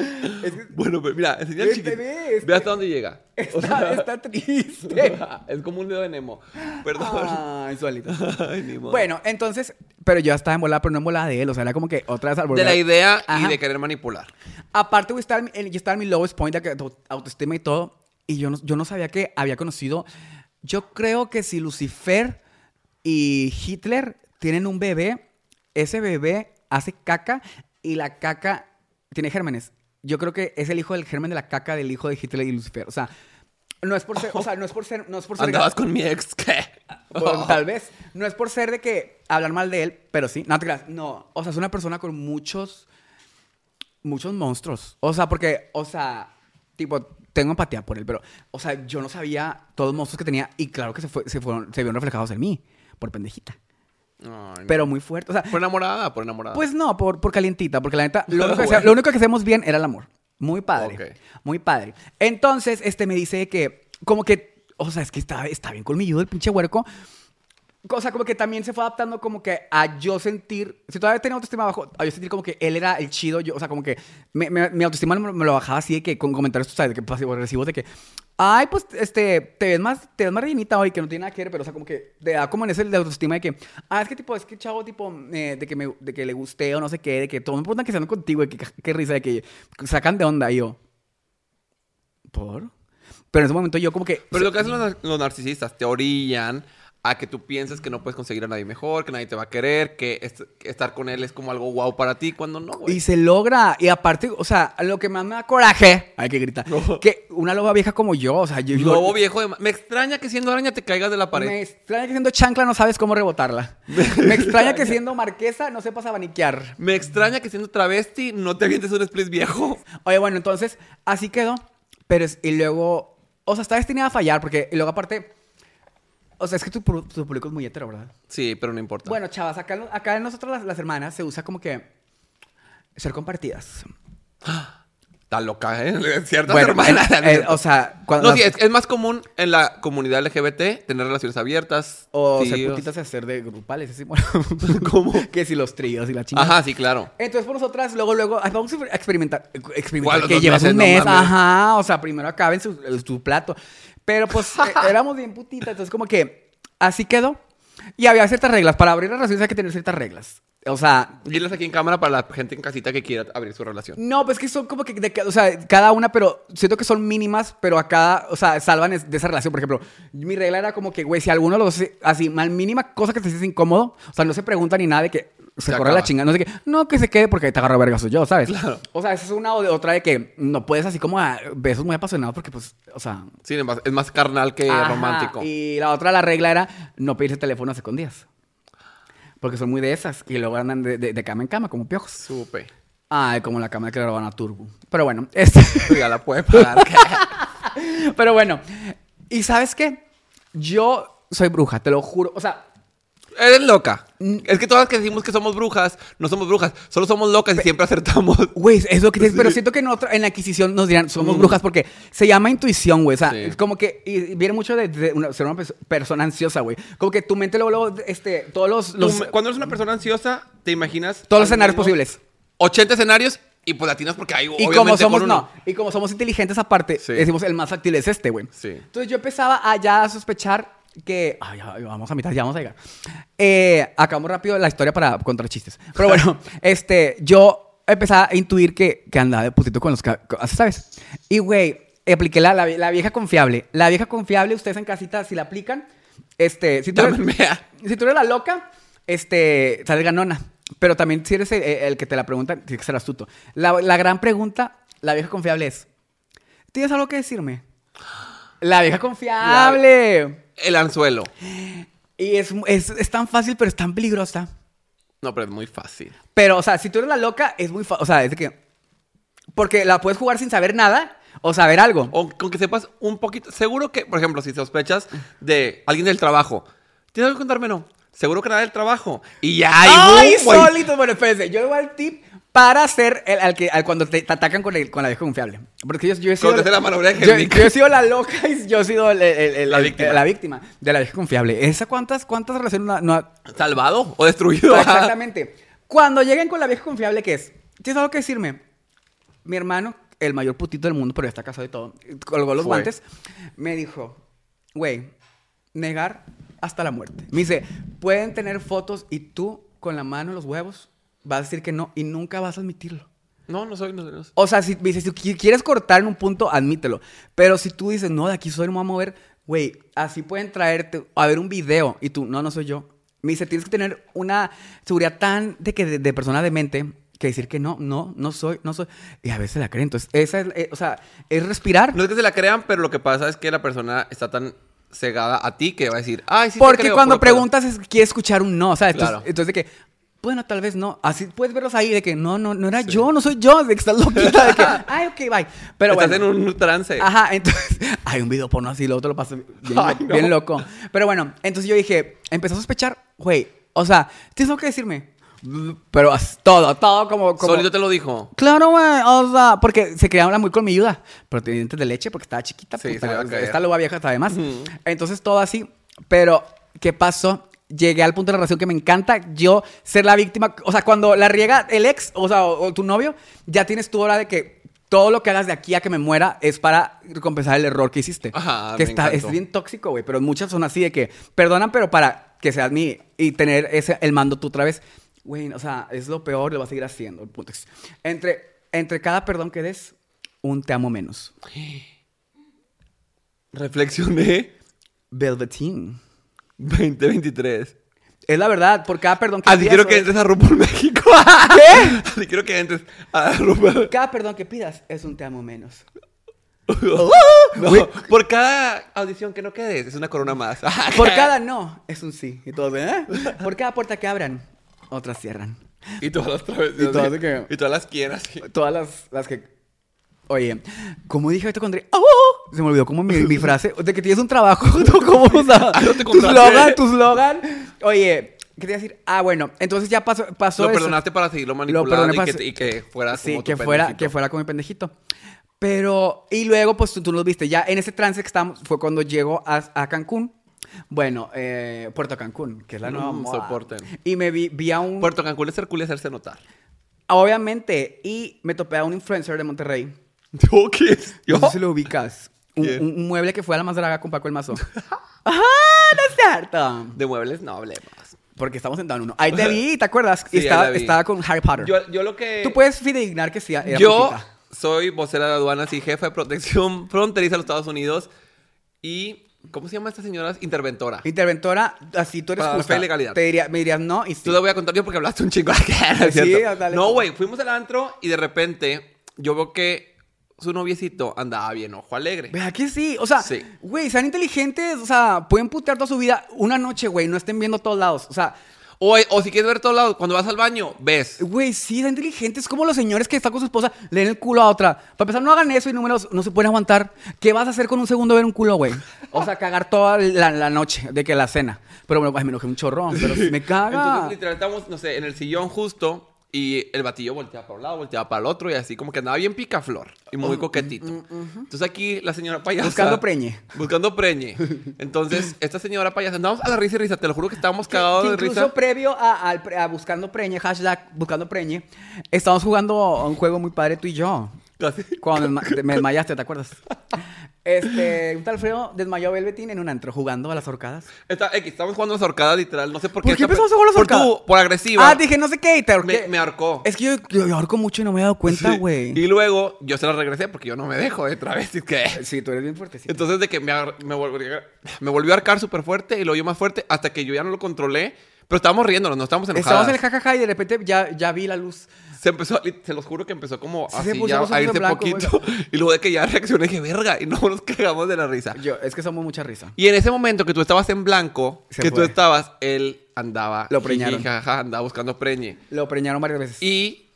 [SPEAKER 2] es que
[SPEAKER 1] Bueno, pero mira, enseña el
[SPEAKER 2] Ve,
[SPEAKER 1] chiquito.
[SPEAKER 2] ve, este-
[SPEAKER 1] Ve hasta dónde llega. O
[SPEAKER 2] está,
[SPEAKER 1] sea,
[SPEAKER 2] está triste.
[SPEAKER 1] es como un dedo de Nemo. Perdón.
[SPEAKER 2] Ay, solito.
[SPEAKER 1] Ay, ni modo.
[SPEAKER 2] Ah. Bueno, entonces, pero yo estaba embolada, pero no embolada de él. O sea, era como que otra vez al
[SPEAKER 1] de
[SPEAKER 2] volver-
[SPEAKER 1] la idea y
[SPEAKER 2] Ajá.
[SPEAKER 1] de querer manipular.
[SPEAKER 2] Aparte, güey, estaba en- en- yo estaba en mi lowest point de que- de autoestima y todo. Y yo no, yo no sabía que había conocido. Yo creo que si Lucifer y Hitler tienen un bebé, ese bebé hace caca y la caca tiene gérmenes. yo creo que es el hijo del germen de la caca del hijo de Hitler y Lucifer. O sea, no es por ser, o sea, no es por ser, no es por ser
[SPEAKER 1] Andabas con mi ex, ¿qué?
[SPEAKER 2] Bueno, tal vez. No es por ser de que hablar mal de él, pero sí. No te creas. No. O sea, es una persona con muchos. Muchos monstruos. O sea, porque. O sea. Tipo, tengo empatía por él, pero. O sea, yo no sabía todos los monstruos que tenía. Y claro que se, fue- se fueron, se vieron reflejados en mí. Por pendejita. Pero muy fuerte. O sea,
[SPEAKER 1] Por enamorada, por enamorada.
[SPEAKER 2] pues no, por, por calientita, porque la neta, lo único, que, hacía- lo único que hacíamos bien era el amor. Muy padre.
[SPEAKER 1] Ok.
[SPEAKER 2] Muy padre. Entonces, este me dice que, como que, o sea, es que está, está bien colmilludo el pinche huerco. O sea, como que también se fue adaptando como que a yo sentir, si todavía tenía autoestima bajo, a yo sentir como que él era el chido, yo, o sea, como que me- me- mi autoestima me, me lo bajaba así de que con comentarios, tú sabes, de que pasivo recibos de que, ay, pues, este, te ves más, te ves más rellenita hoy, que no tiene nada que ver, pero, o sea, como que te da como en ese de autoestima de que, ah, es que tipo, es que chavo, tipo, eh, de que me, de que le guste o no sé qué, de que todo me preguntan que se andan contigo, de que, qué risa, de que sacan de onda, y yo, ¿por? Pero en ese momento yo como que...
[SPEAKER 1] Pero lo que hacen los, nar- los narcisistas, te orillan a que tú pienses que no puedes conseguir a nadie mejor, que nadie te va a querer, que est- que estar con él es como algo guau para ti, cuando no, güey.
[SPEAKER 2] Y se logra. Y aparte, o sea, lo que más me da coraje, hay que gritar, que una loba vieja como yo, o sea, yo... yo-
[SPEAKER 1] Lobo viejo de ma- Me extraña que siendo araña te caigas de la pared.
[SPEAKER 2] Me extraña que siendo chancla no sabes cómo rebotarla. Me extraña que siendo marquesa no sepas abaniquear.
[SPEAKER 1] Me extraña que siendo travesti no te avientes un split viejo.
[SPEAKER 2] Oye, bueno, entonces, así quedó. Pero, es- y luego, o sea, está destinada a fallar, porque y luego aparte, o sea, es que tu, pu- tu público es muy hetero, ¿verdad?
[SPEAKER 1] Sí, pero no importa.
[SPEAKER 2] Bueno, chavas, acá, lo- acá nosotros las, las hermanas se usa como que ser compartidas.
[SPEAKER 1] Está loca, ¿eh? Ciertas
[SPEAKER 2] Bueno,
[SPEAKER 1] hermanas.
[SPEAKER 2] eh, eh, o sea, cuando...
[SPEAKER 1] no, sí,
[SPEAKER 2] las-
[SPEAKER 1] es, es más común en la comunidad LGBT tener relaciones abiertas.
[SPEAKER 2] O
[SPEAKER 1] sí,
[SPEAKER 2] ser
[SPEAKER 1] o-
[SPEAKER 2] putitas de hacer de grupales, así, bueno.
[SPEAKER 1] ¿Cómo?
[SPEAKER 2] que si los tríos y la chingada.
[SPEAKER 1] Ajá, sí, claro.
[SPEAKER 2] Entonces, por nosotras, luego, luego, ay, vamos a experimentar.
[SPEAKER 1] Igual
[SPEAKER 2] Experimentar
[SPEAKER 1] los
[SPEAKER 2] que
[SPEAKER 1] dos
[SPEAKER 2] llevas
[SPEAKER 1] meses,
[SPEAKER 2] un
[SPEAKER 1] no
[SPEAKER 2] mes.
[SPEAKER 1] mames.
[SPEAKER 2] Ajá, o sea, primero acaben su, eh, su plato. Pero pues eh, éramos bien putitas, entonces como que así quedó. Y había ciertas reglas. Para abrir las relaciones hay que tener ciertas reglas. O sea,
[SPEAKER 1] Diles aquí en cámara para la gente en casita que quiera abrir su relación.
[SPEAKER 2] no, pues que son como que, de ca- o sea, cada una, pero siento que son mínimas, pero a cada, o sea, salvan es- de esa relación. Por ejemplo, mi regla era como que, güey, si alguno lo hace así, mal mínima cosa que te sientes incómodo, o sea, no se pregunta ni nada de que se,
[SPEAKER 1] Se
[SPEAKER 2] corre
[SPEAKER 1] acaba.
[SPEAKER 2] la chinga, no sé qué, no, que se quede porque te agarro vergas soy yo, ¿sabes? O sea, esa es una o de otra de que no puedes así como a besos muy apasionados porque, pues, o sea.
[SPEAKER 1] Sí, es más- es más carnal que
[SPEAKER 2] ajá.
[SPEAKER 1] romántico.
[SPEAKER 2] Y la otra, la regla era no pedirse teléfono a escondidas. Porque son muy de esas y luego andan de, de- de cama en cama como piojos.
[SPEAKER 1] Supe.
[SPEAKER 2] Ay, Ah, como la cámara que le roban a Turbo. Pero bueno, este,
[SPEAKER 1] Oiga, la puede pagar.
[SPEAKER 2] pero bueno. ¿Y sabes qué? Yo soy bruja, te lo juro. O sea,
[SPEAKER 1] Eres loca. Es que todas las que decimos que somos brujas, no somos brujas. Solo somsomos locas y siempre acertamos.
[SPEAKER 2] güey, es lo que dices, pero siento que en, otra, en la adquisición nos dirán, somos brujas, porque se llama intuición, güey. O sea,
[SPEAKER 1] Mm. Sí.
[SPEAKER 2] es como que y- y viene mucho de, de una- ser una perso- persona ansiosa, güey. Como que tu mente luego, luego, este, todos los,
[SPEAKER 1] Tú
[SPEAKER 2] los-
[SPEAKER 1] me- Cuando eres una persona ansiosa, te imaginas...
[SPEAKER 2] todos
[SPEAKER 1] al
[SPEAKER 2] los escenarios
[SPEAKER 1] menos
[SPEAKER 2] posibles.
[SPEAKER 1] 80 escenarios y pues latinas porque hay
[SPEAKER 2] Y
[SPEAKER 1] obviamente
[SPEAKER 2] como somos,
[SPEAKER 1] con
[SPEAKER 2] no,
[SPEAKER 1] uno.
[SPEAKER 2] y como somos inteligentes aparte,
[SPEAKER 1] Sí.
[SPEAKER 2] decimos el más factible es este, güey.
[SPEAKER 1] Sí.
[SPEAKER 2] Entonces yo empezaba a ya sospechar que. Ay, ay, vamos a mitad, ya vamos a llegar. Eh, acabamos rápido la historia para contar chistes. Pero bueno, este, yo empezaba a intuir que, que andaba de putito con los. ca- con- así, ¿Sabes? Y güey, apliqué la, la, la vieja confiable. La vieja confiable, ustedes en casita, si la aplican, este. Si tú eres-
[SPEAKER 1] Llámenme a-
[SPEAKER 2] si tú eres la loca, este, sales ganona. Pero también si eres el, el que te la pregunta, tienes que ser astuto. La, la gran pregunta, la vieja confiable es, ¿tienes algo que decirme? La vieja confiable.
[SPEAKER 1] El anzuelo.
[SPEAKER 2] Y es, es, es tan fácil, pero es tan peligrosa.
[SPEAKER 1] No, pero es muy fácil.
[SPEAKER 2] Pero, o sea, si tú eres la loca, es muy fácil. O sea, es de que... Porque la puedes jugar sin saber nada o saber algo.
[SPEAKER 1] O con que sepas un poquito. Seguro que, por ejemplo, si sospechas de alguien del trabajo, ¿tienes algo que contarme? No. Seguro que nada del trabajo. Y ya, y
[SPEAKER 2] ¡Ay,
[SPEAKER 1] boom, güey.
[SPEAKER 2] solito! Bueno, espérense. Yo le voy al tip para hacer el, al que, al cuando te, te atacan con, el- con la vieja confiable. Porque yo, yo he sido...
[SPEAKER 1] Cuando te hace la mano oreja,
[SPEAKER 2] yo,
[SPEAKER 1] el mic.
[SPEAKER 2] yo he sido la loca y yo he sido el- el- el- el-
[SPEAKER 1] La víctima.
[SPEAKER 2] la víctima de la vieja confiable. ¿Esa cuántas, cuántas relaciones no ha- no ha,
[SPEAKER 1] Salvado o destruido.
[SPEAKER 2] Exactamente. Cuando lleguen con la vieja confiable que es, ¿tienes algo que decirme? Mi hermano, el mayor putito del mundo, pero ya está casado y todo, colgó los
[SPEAKER 1] Fue.
[SPEAKER 2] guantes, me dijo, güey, negar hasta la muerte. Me dice, pueden tener fotos y tú con la mano en los huevos vas a decir que no y nunca vas a admitirlo.
[SPEAKER 1] No, no soy. No, no soy.
[SPEAKER 2] O sea, si, me dice, si qui- quieres cortar en un punto, admítelo. Pero si tú dices, no, de aquí soy, no me voy a mover, güey, así pueden traerte a ver un video y tú, no, no soy yo. Me dice, tienes que tener una seguridad tan de que de, de persona demente que decir que no, no, no soy, no soy. Y a veces la creen. Entonces, esa es, eh, o sea, es respirar.
[SPEAKER 1] No es que se la crean, pero lo que pasa es que la persona está tan cegada a ti que va a decir, ay, sí, te
[SPEAKER 2] Porque
[SPEAKER 1] creo,
[SPEAKER 2] cuando
[SPEAKER 1] pero- pero-
[SPEAKER 2] preguntas es- quieres escuchar un no, o sea, entonces,
[SPEAKER 1] Claro.
[SPEAKER 2] entonces de que, bueno, tal vez no. Así puedes verlos ahí de que no, no, no era yo, no soy yo, de que estás loquita, de que, ay, ok, bye. Pero
[SPEAKER 1] estás
[SPEAKER 2] bueno.
[SPEAKER 1] en un trance.
[SPEAKER 2] Ajá, entonces hay un video porno así, lo otro lo pasó bien,
[SPEAKER 1] Ay,
[SPEAKER 2] lo-
[SPEAKER 1] no.
[SPEAKER 2] bien loco. Pero bueno, entonces yo dije, empecé a sospechar, güey, o sea, tienes algo que decirme. Pero as- todo, todo como. como-
[SPEAKER 1] Solito te lo dijo.
[SPEAKER 2] Claro, güey. O sea, porque se creaba muy con mi ayuda. Pero tenía dientes de leche porque estaba chiquita.
[SPEAKER 1] Sí, se
[SPEAKER 2] puta,
[SPEAKER 1] le va a
[SPEAKER 2] o sea,
[SPEAKER 1] caer.
[SPEAKER 2] esta lo va vieja hasta además. Entonces todo así. Pero, ¿qué pasó? Llegué al punto de la relación que me encanta. Yo ser la víctima. O sea, cuando la riega el ex, o sea, o, o tu novio, ya tienes tu hora de que todo lo que hagas de aquí a que me muera es para compensar el error que hiciste.
[SPEAKER 1] Ajá,
[SPEAKER 2] que
[SPEAKER 1] me
[SPEAKER 2] está, es
[SPEAKER 1] encantó.
[SPEAKER 2] bien tóxico, güey. Pero muchas son así de que perdonan, pero para que seas mi. y tener ese, el mando tú otra vez. Güey, o sea, es lo peor, lo vas a seguir haciendo. El punto es, Entre, entre cada perdón que des, un te amo menos.
[SPEAKER 1] Reflexioné
[SPEAKER 2] Velveteen.
[SPEAKER 1] 2023.
[SPEAKER 2] Es la verdad, por cada perdón que
[SPEAKER 1] Así quiero Ah, que
[SPEAKER 2] es-
[SPEAKER 1] entres a RuPaul México.
[SPEAKER 2] ¿Qué?
[SPEAKER 1] Así quiero que entres a RuPaul.
[SPEAKER 2] Cada perdón que pidas es un te amo menos. Uh,
[SPEAKER 1] No, por cada audición que no quedes, es una corona más.
[SPEAKER 2] Por cada no, es un sí. Y todos, ¿eh? Por cada puerta que abran, otras cierran.
[SPEAKER 1] Y todas las travesías.
[SPEAKER 2] Y todas de que-
[SPEAKER 1] y todas las quieras. sí.
[SPEAKER 2] Todas las, las que. Oye, ¿cómo dije esto con Dre- ¡Oh! Se me olvidó como mi, mi frase. De que tienes un trabajo. ¿tú ¿Cómo o sea,
[SPEAKER 1] Ah, no te
[SPEAKER 2] Tu
[SPEAKER 1] contaste.
[SPEAKER 2] slogan, tu slogan. Oye, ¿qué te iba a decir? Ah, bueno, entonces ya pasó, pasó
[SPEAKER 1] Lo
[SPEAKER 2] eso.
[SPEAKER 1] perdonaste para seguirlo
[SPEAKER 2] perdoné
[SPEAKER 1] manipulando y,
[SPEAKER 2] para
[SPEAKER 1] que,
[SPEAKER 2] se-
[SPEAKER 1] y que fuera
[SPEAKER 2] Sí,
[SPEAKER 1] como tu
[SPEAKER 2] que fuera,
[SPEAKER 1] pendejito.
[SPEAKER 2] que fuera como mi pendejito. Pero, y luego, pues tú, tú nos viste. Ya en ese trance que estábamos, fue cuando llegó a, a Cancún. Bueno, eh, Puerto Cancún, que es la nueva
[SPEAKER 1] Mm,
[SPEAKER 2] moda.
[SPEAKER 1] soporten.
[SPEAKER 2] Y me vi, vi a un.
[SPEAKER 1] Puerto Cancún es ser cool y hacerse notar.
[SPEAKER 2] Obviamente, y me topé a un influencer de Monterrey.
[SPEAKER 1] ¿Yo qué es?
[SPEAKER 2] Yo
[SPEAKER 1] Yo.
[SPEAKER 2] no sé si lo ubicas. Un,
[SPEAKER 1] ¿Quién?
[SPEAKER 2] un- un mueble que fue a la más draga con Paco el Mazo. ¡Ajá! ¡No es cierto!
[SPEAKER 1] De muebles no hablemos.
[SPEAKER 2] Porque estamos sentados en uno. Ahí te vi, ¿te acuerdas?
[SPEAKER 1] Sí, ahí
[SPEAKER 2] estaba,
[SPEAKER 1] la vi.
[SPEAKER 2] estaba con Harry Potter.
[SPEAKER 1] Yo, yo lo que.
[SPEAKER 2] Tú puedes fidedignar que sí. Era
[SPEAKER 1] Yo
[SPEAKER 2] Paquita.
[SPEAKER 1] soy vocera de aduanas y jefa de protección fronteriza de los Estados Unidos. Y. ¿Cómo se llama esta señora? Interventora.
[SPEAKER 2] Interventora, así tú eres
[SPEAKER 1] Para la
[SPEAKER 2] justa.
[SPEAKER 1] fe y legalidad.
[SPEAKER 2] Te diría, me dirías no y sí.
[SPEAKER 1] Tú te voy a contar yo porque hablaste un chingo. No, es
[SPEAKER 2] Sí,
[SPEAKER 1] cierto.
[SPEAKER 2] dale.
[SPEAKER 1] No, güey. Fuimos al antro y de repente yo veo que su noviecito andaba bien, ojo alegre.
[SPEAKER 2] ¿Verdad que sí? O sea,
[SPEAKER 1] Sí.
[SPEAKER 2] güey, sean inteligentes. O sea, pueden putear toda su vida una noche, güey. No estén viendo a todos lados. O sea,
[SPEAKER 1] O, o si quieres ver todos lados, cuando vas al baño, ves.
[SPEAKER 2] Güey, sí, son inteligentes. Como los señores que están con su esposa, le den el culo a otra. Para empezar, no hagan eso y números no se pueden aguantar. ¿Qué vas a hacer con un segundo ver un culo, güey? O sea, cagar toda la, la noche de que la cena. Pero bueno, ay, me enojé un chorrón, pero sí me caga.
[SPEAKER 1] Entonces, literal, estábamos, no sé, en el sillón justo y el batillo volteaba para un lado, volteaba para el otro y así como que andaba bien picaflor y
[SPEAKER 2] Mm,
[SPEAKER 1] muy coquetito. Entonces aquí la señora payasa...
[SPEAKER 2] Buscando preñe.
[SPEAKER 1] Buscando preñe. Entonces, esta señora payasa, andamos a la risa y risa, te lo juro que estábamos cagados
[SPEAKER 2] Que
[SPEAKER 1] de
[SPEAKER 2] incluso
[SPEAKER 1] risa.
[SPEAKER 2] previo a, al pre- a Buscando Preñe, hashtag Buscando Preñe, estamos jugando a un juego muy padre tú y yo.
[SPEAKER 1] Casi-
[SPEAKER 2] Cuando me desma- me desmayaste, ¿te acuerdas? Este, un tal Freo desmayó a Velvetín en un antro jugando a las horcadas.
[SPEAKER 1] Está- X, estamos jugando las horcadas, literal, no sé por qué.
[SPEAKER 2] ¿Por qué
[SPEAKER 1] esta
[SPEAKER 2] empezamos
[SPEAKER 1] per-
[SPEAKER 2] a jugar las
[SPEAKER 1] por
[SPEAKER 2] horcadas?
[SPEAKER 1] tu- por agresiva.
[SPEAKER 2] Ah, dije no sé qué y te ahorqué.
[SPEAKER 1] Me- me ahorcó.
[SPEAKER 2] Es que yo, yo, yo ahorco mucho y no me he dado cuenta,
[SPEAKER 1] Sí.
[SPEAKER 2] güey.
[SPEAKER 1] Y luego yo se la regresé porque yo no me dejo eh, de travestis que...
[SPEAKER 2] Sí, tú eres bien fuertecito.
[SPEAKER 1] Entonces de que me, agar- me, volvió, me volvió a arcar súper fuerte y lo yo más fuerte hasta que yo ya no lo controlé. Pero estábamos riéndonos, no estábamos enojados.
[SPEAKER 2] Estábamos en el jajaja y de repente ya, ya vi la luz.
[SPEAKER 1] Se empezó, li- se los juro que empezó como
[SPEAKER 2] Sí, se
[SPEAKER 1] así
[SPEAKER 2] puso
[SPEAKER 1] ya
[SPEAKER 2] los
[SPEAKER 1] a
[SPEAKER 2] ojos
[SPEAKER 1] irse
[SPEAKER 2] en blanco,
[SPEAKER 1] poquito. Y luego de que ya reaccioné dije, verga, y no nos cagamos de la risa.
[SPEAKER 2] Yo, es que somos mucha risa.
[SPEAKER 1] Y en ese momento que tú estabas en blanco,
[SPEAKER 2] Se
[SPEAKER 1] que tú
[SPEAKER 2] fue.
[SPEAKER 1] estabas, él andaba...
[SPEAKER 2] Lo preñaron.
[SPEAKER 1] jiji, jaja, andaba buscando preñe.
[SPEAKER 2] Lo preñaron varias veces.
[SPEAKER 1] Y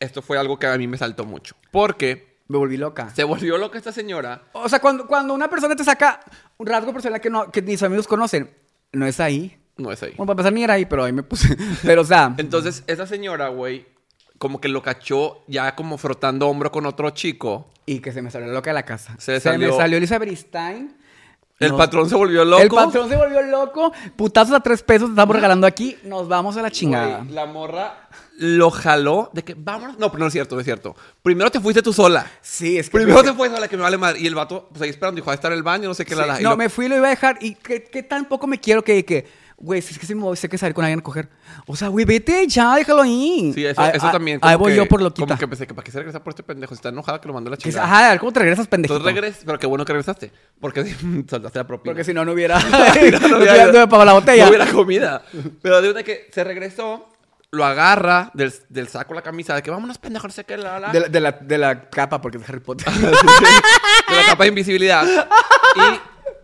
[SPEAKER 1] esto fue algo que a mí me saltó mucho. Porque
[SPEAKER 2] me volví loca.
[SPEAKER 1] se volvió loca esta señora
[SPEAKER 2] O sea, cuando, cuando una persona te saca un rasgo personal que, no, que ni sus amigos conocen, no es ahí.
[SPEAKER 1] No es ahí.
[SPEAKER 2] Bueno, para pasar ni era ahí, pero ahí me puse. Pero, o sea,
[SPEAKER 1] Entonces, esa señora, güey, como que lo cachó ya como frotando hombro con otro chico.
[SPEAKER 2] y que se me salió loca de la casa.
[SPEAKER 1] Se le
[SPEAKER 2] me
[SPEAKER 1] salió-
[SPEAKER 2] salió Elizabeth Stein.
[SPEAKER 1] El
[SPEAKER 2] No.
[SPEAKER 1] patrón se volvió loco.
[SPEAKER 2] El patrón se volvió loco. Putazos a tres pesos te estamos regalando aquí. Nos vamos a la chingada.
[SPEAKER 1] Güey, la morra lo jaló de que vámonos. No, pero no es cierto, no es cierto. Primero te fuiste tú sola.
[SPEAKER 2] Sí, es que.
[SPEAKER 1] Primero te fuiste sola que me vale madre. Y el vato, pues ahí esperando, dijo, a estar en el baño, no sé qué
[SPEAKER 2] Sí,
[SPEAKER 1] la la. Y
[SPEAKER 2] No,
[SPEAKER 1] lo-
[SPEAKER 2] me fui y lo iba a dejar. ¿Y qué, qué tan poco me quiero que, que güey, si es que si me voy, sé que salir con alguien a coger? O sea, güey, vete ya, déjalo ahí.
[SPEAKER 1] Sí, eso,
[SPEAKER 2] Ah,
[SPEAKER 1] eso
[SPEAKER 2] ah,
[SPEAKER 1] también.
[SPEAKER 2] Ahí
[SPEAKER 1] como
[SPEAKER 2] voy
[SPEAKER 1] que-
[SPEAKER 2] yo por
[SPEAKER 1] Como
[SPEAKER 2] loquita.
[SPEAKER 1] que pensé que para qué se regresa por este pendejo. Si está enojada que lo mandó a la
[SPEAKER 2] Que es-
[SPEAKER 1] chingada.
[SPEAKER 2] ajá, ¿cómo te regresas, pendejito?
[SPEAKER 1] Entonces regresas, pero qué bueno que regresaste. Porque saltaste la propina.
[SPEAKER 2] Porque si no, no hubiera.
[SPEAKER 1] Mira,
[SPEAKER 2] no
[SPEAKER 1] no hubiera-
[SPEAKER 2] hubiera pagado la botella.
[SPEAKER 1] No hubiera comida. Pero de verdad que se regresó, lo agarra del, del saco la camisa de que vámonos, pendejo, no sé qué, la, la, la.
[SPEAKER 2] De la, de la, de la capa, porque es Harry Potter.
[SPEAKER 1] de la capa de invisibilidad.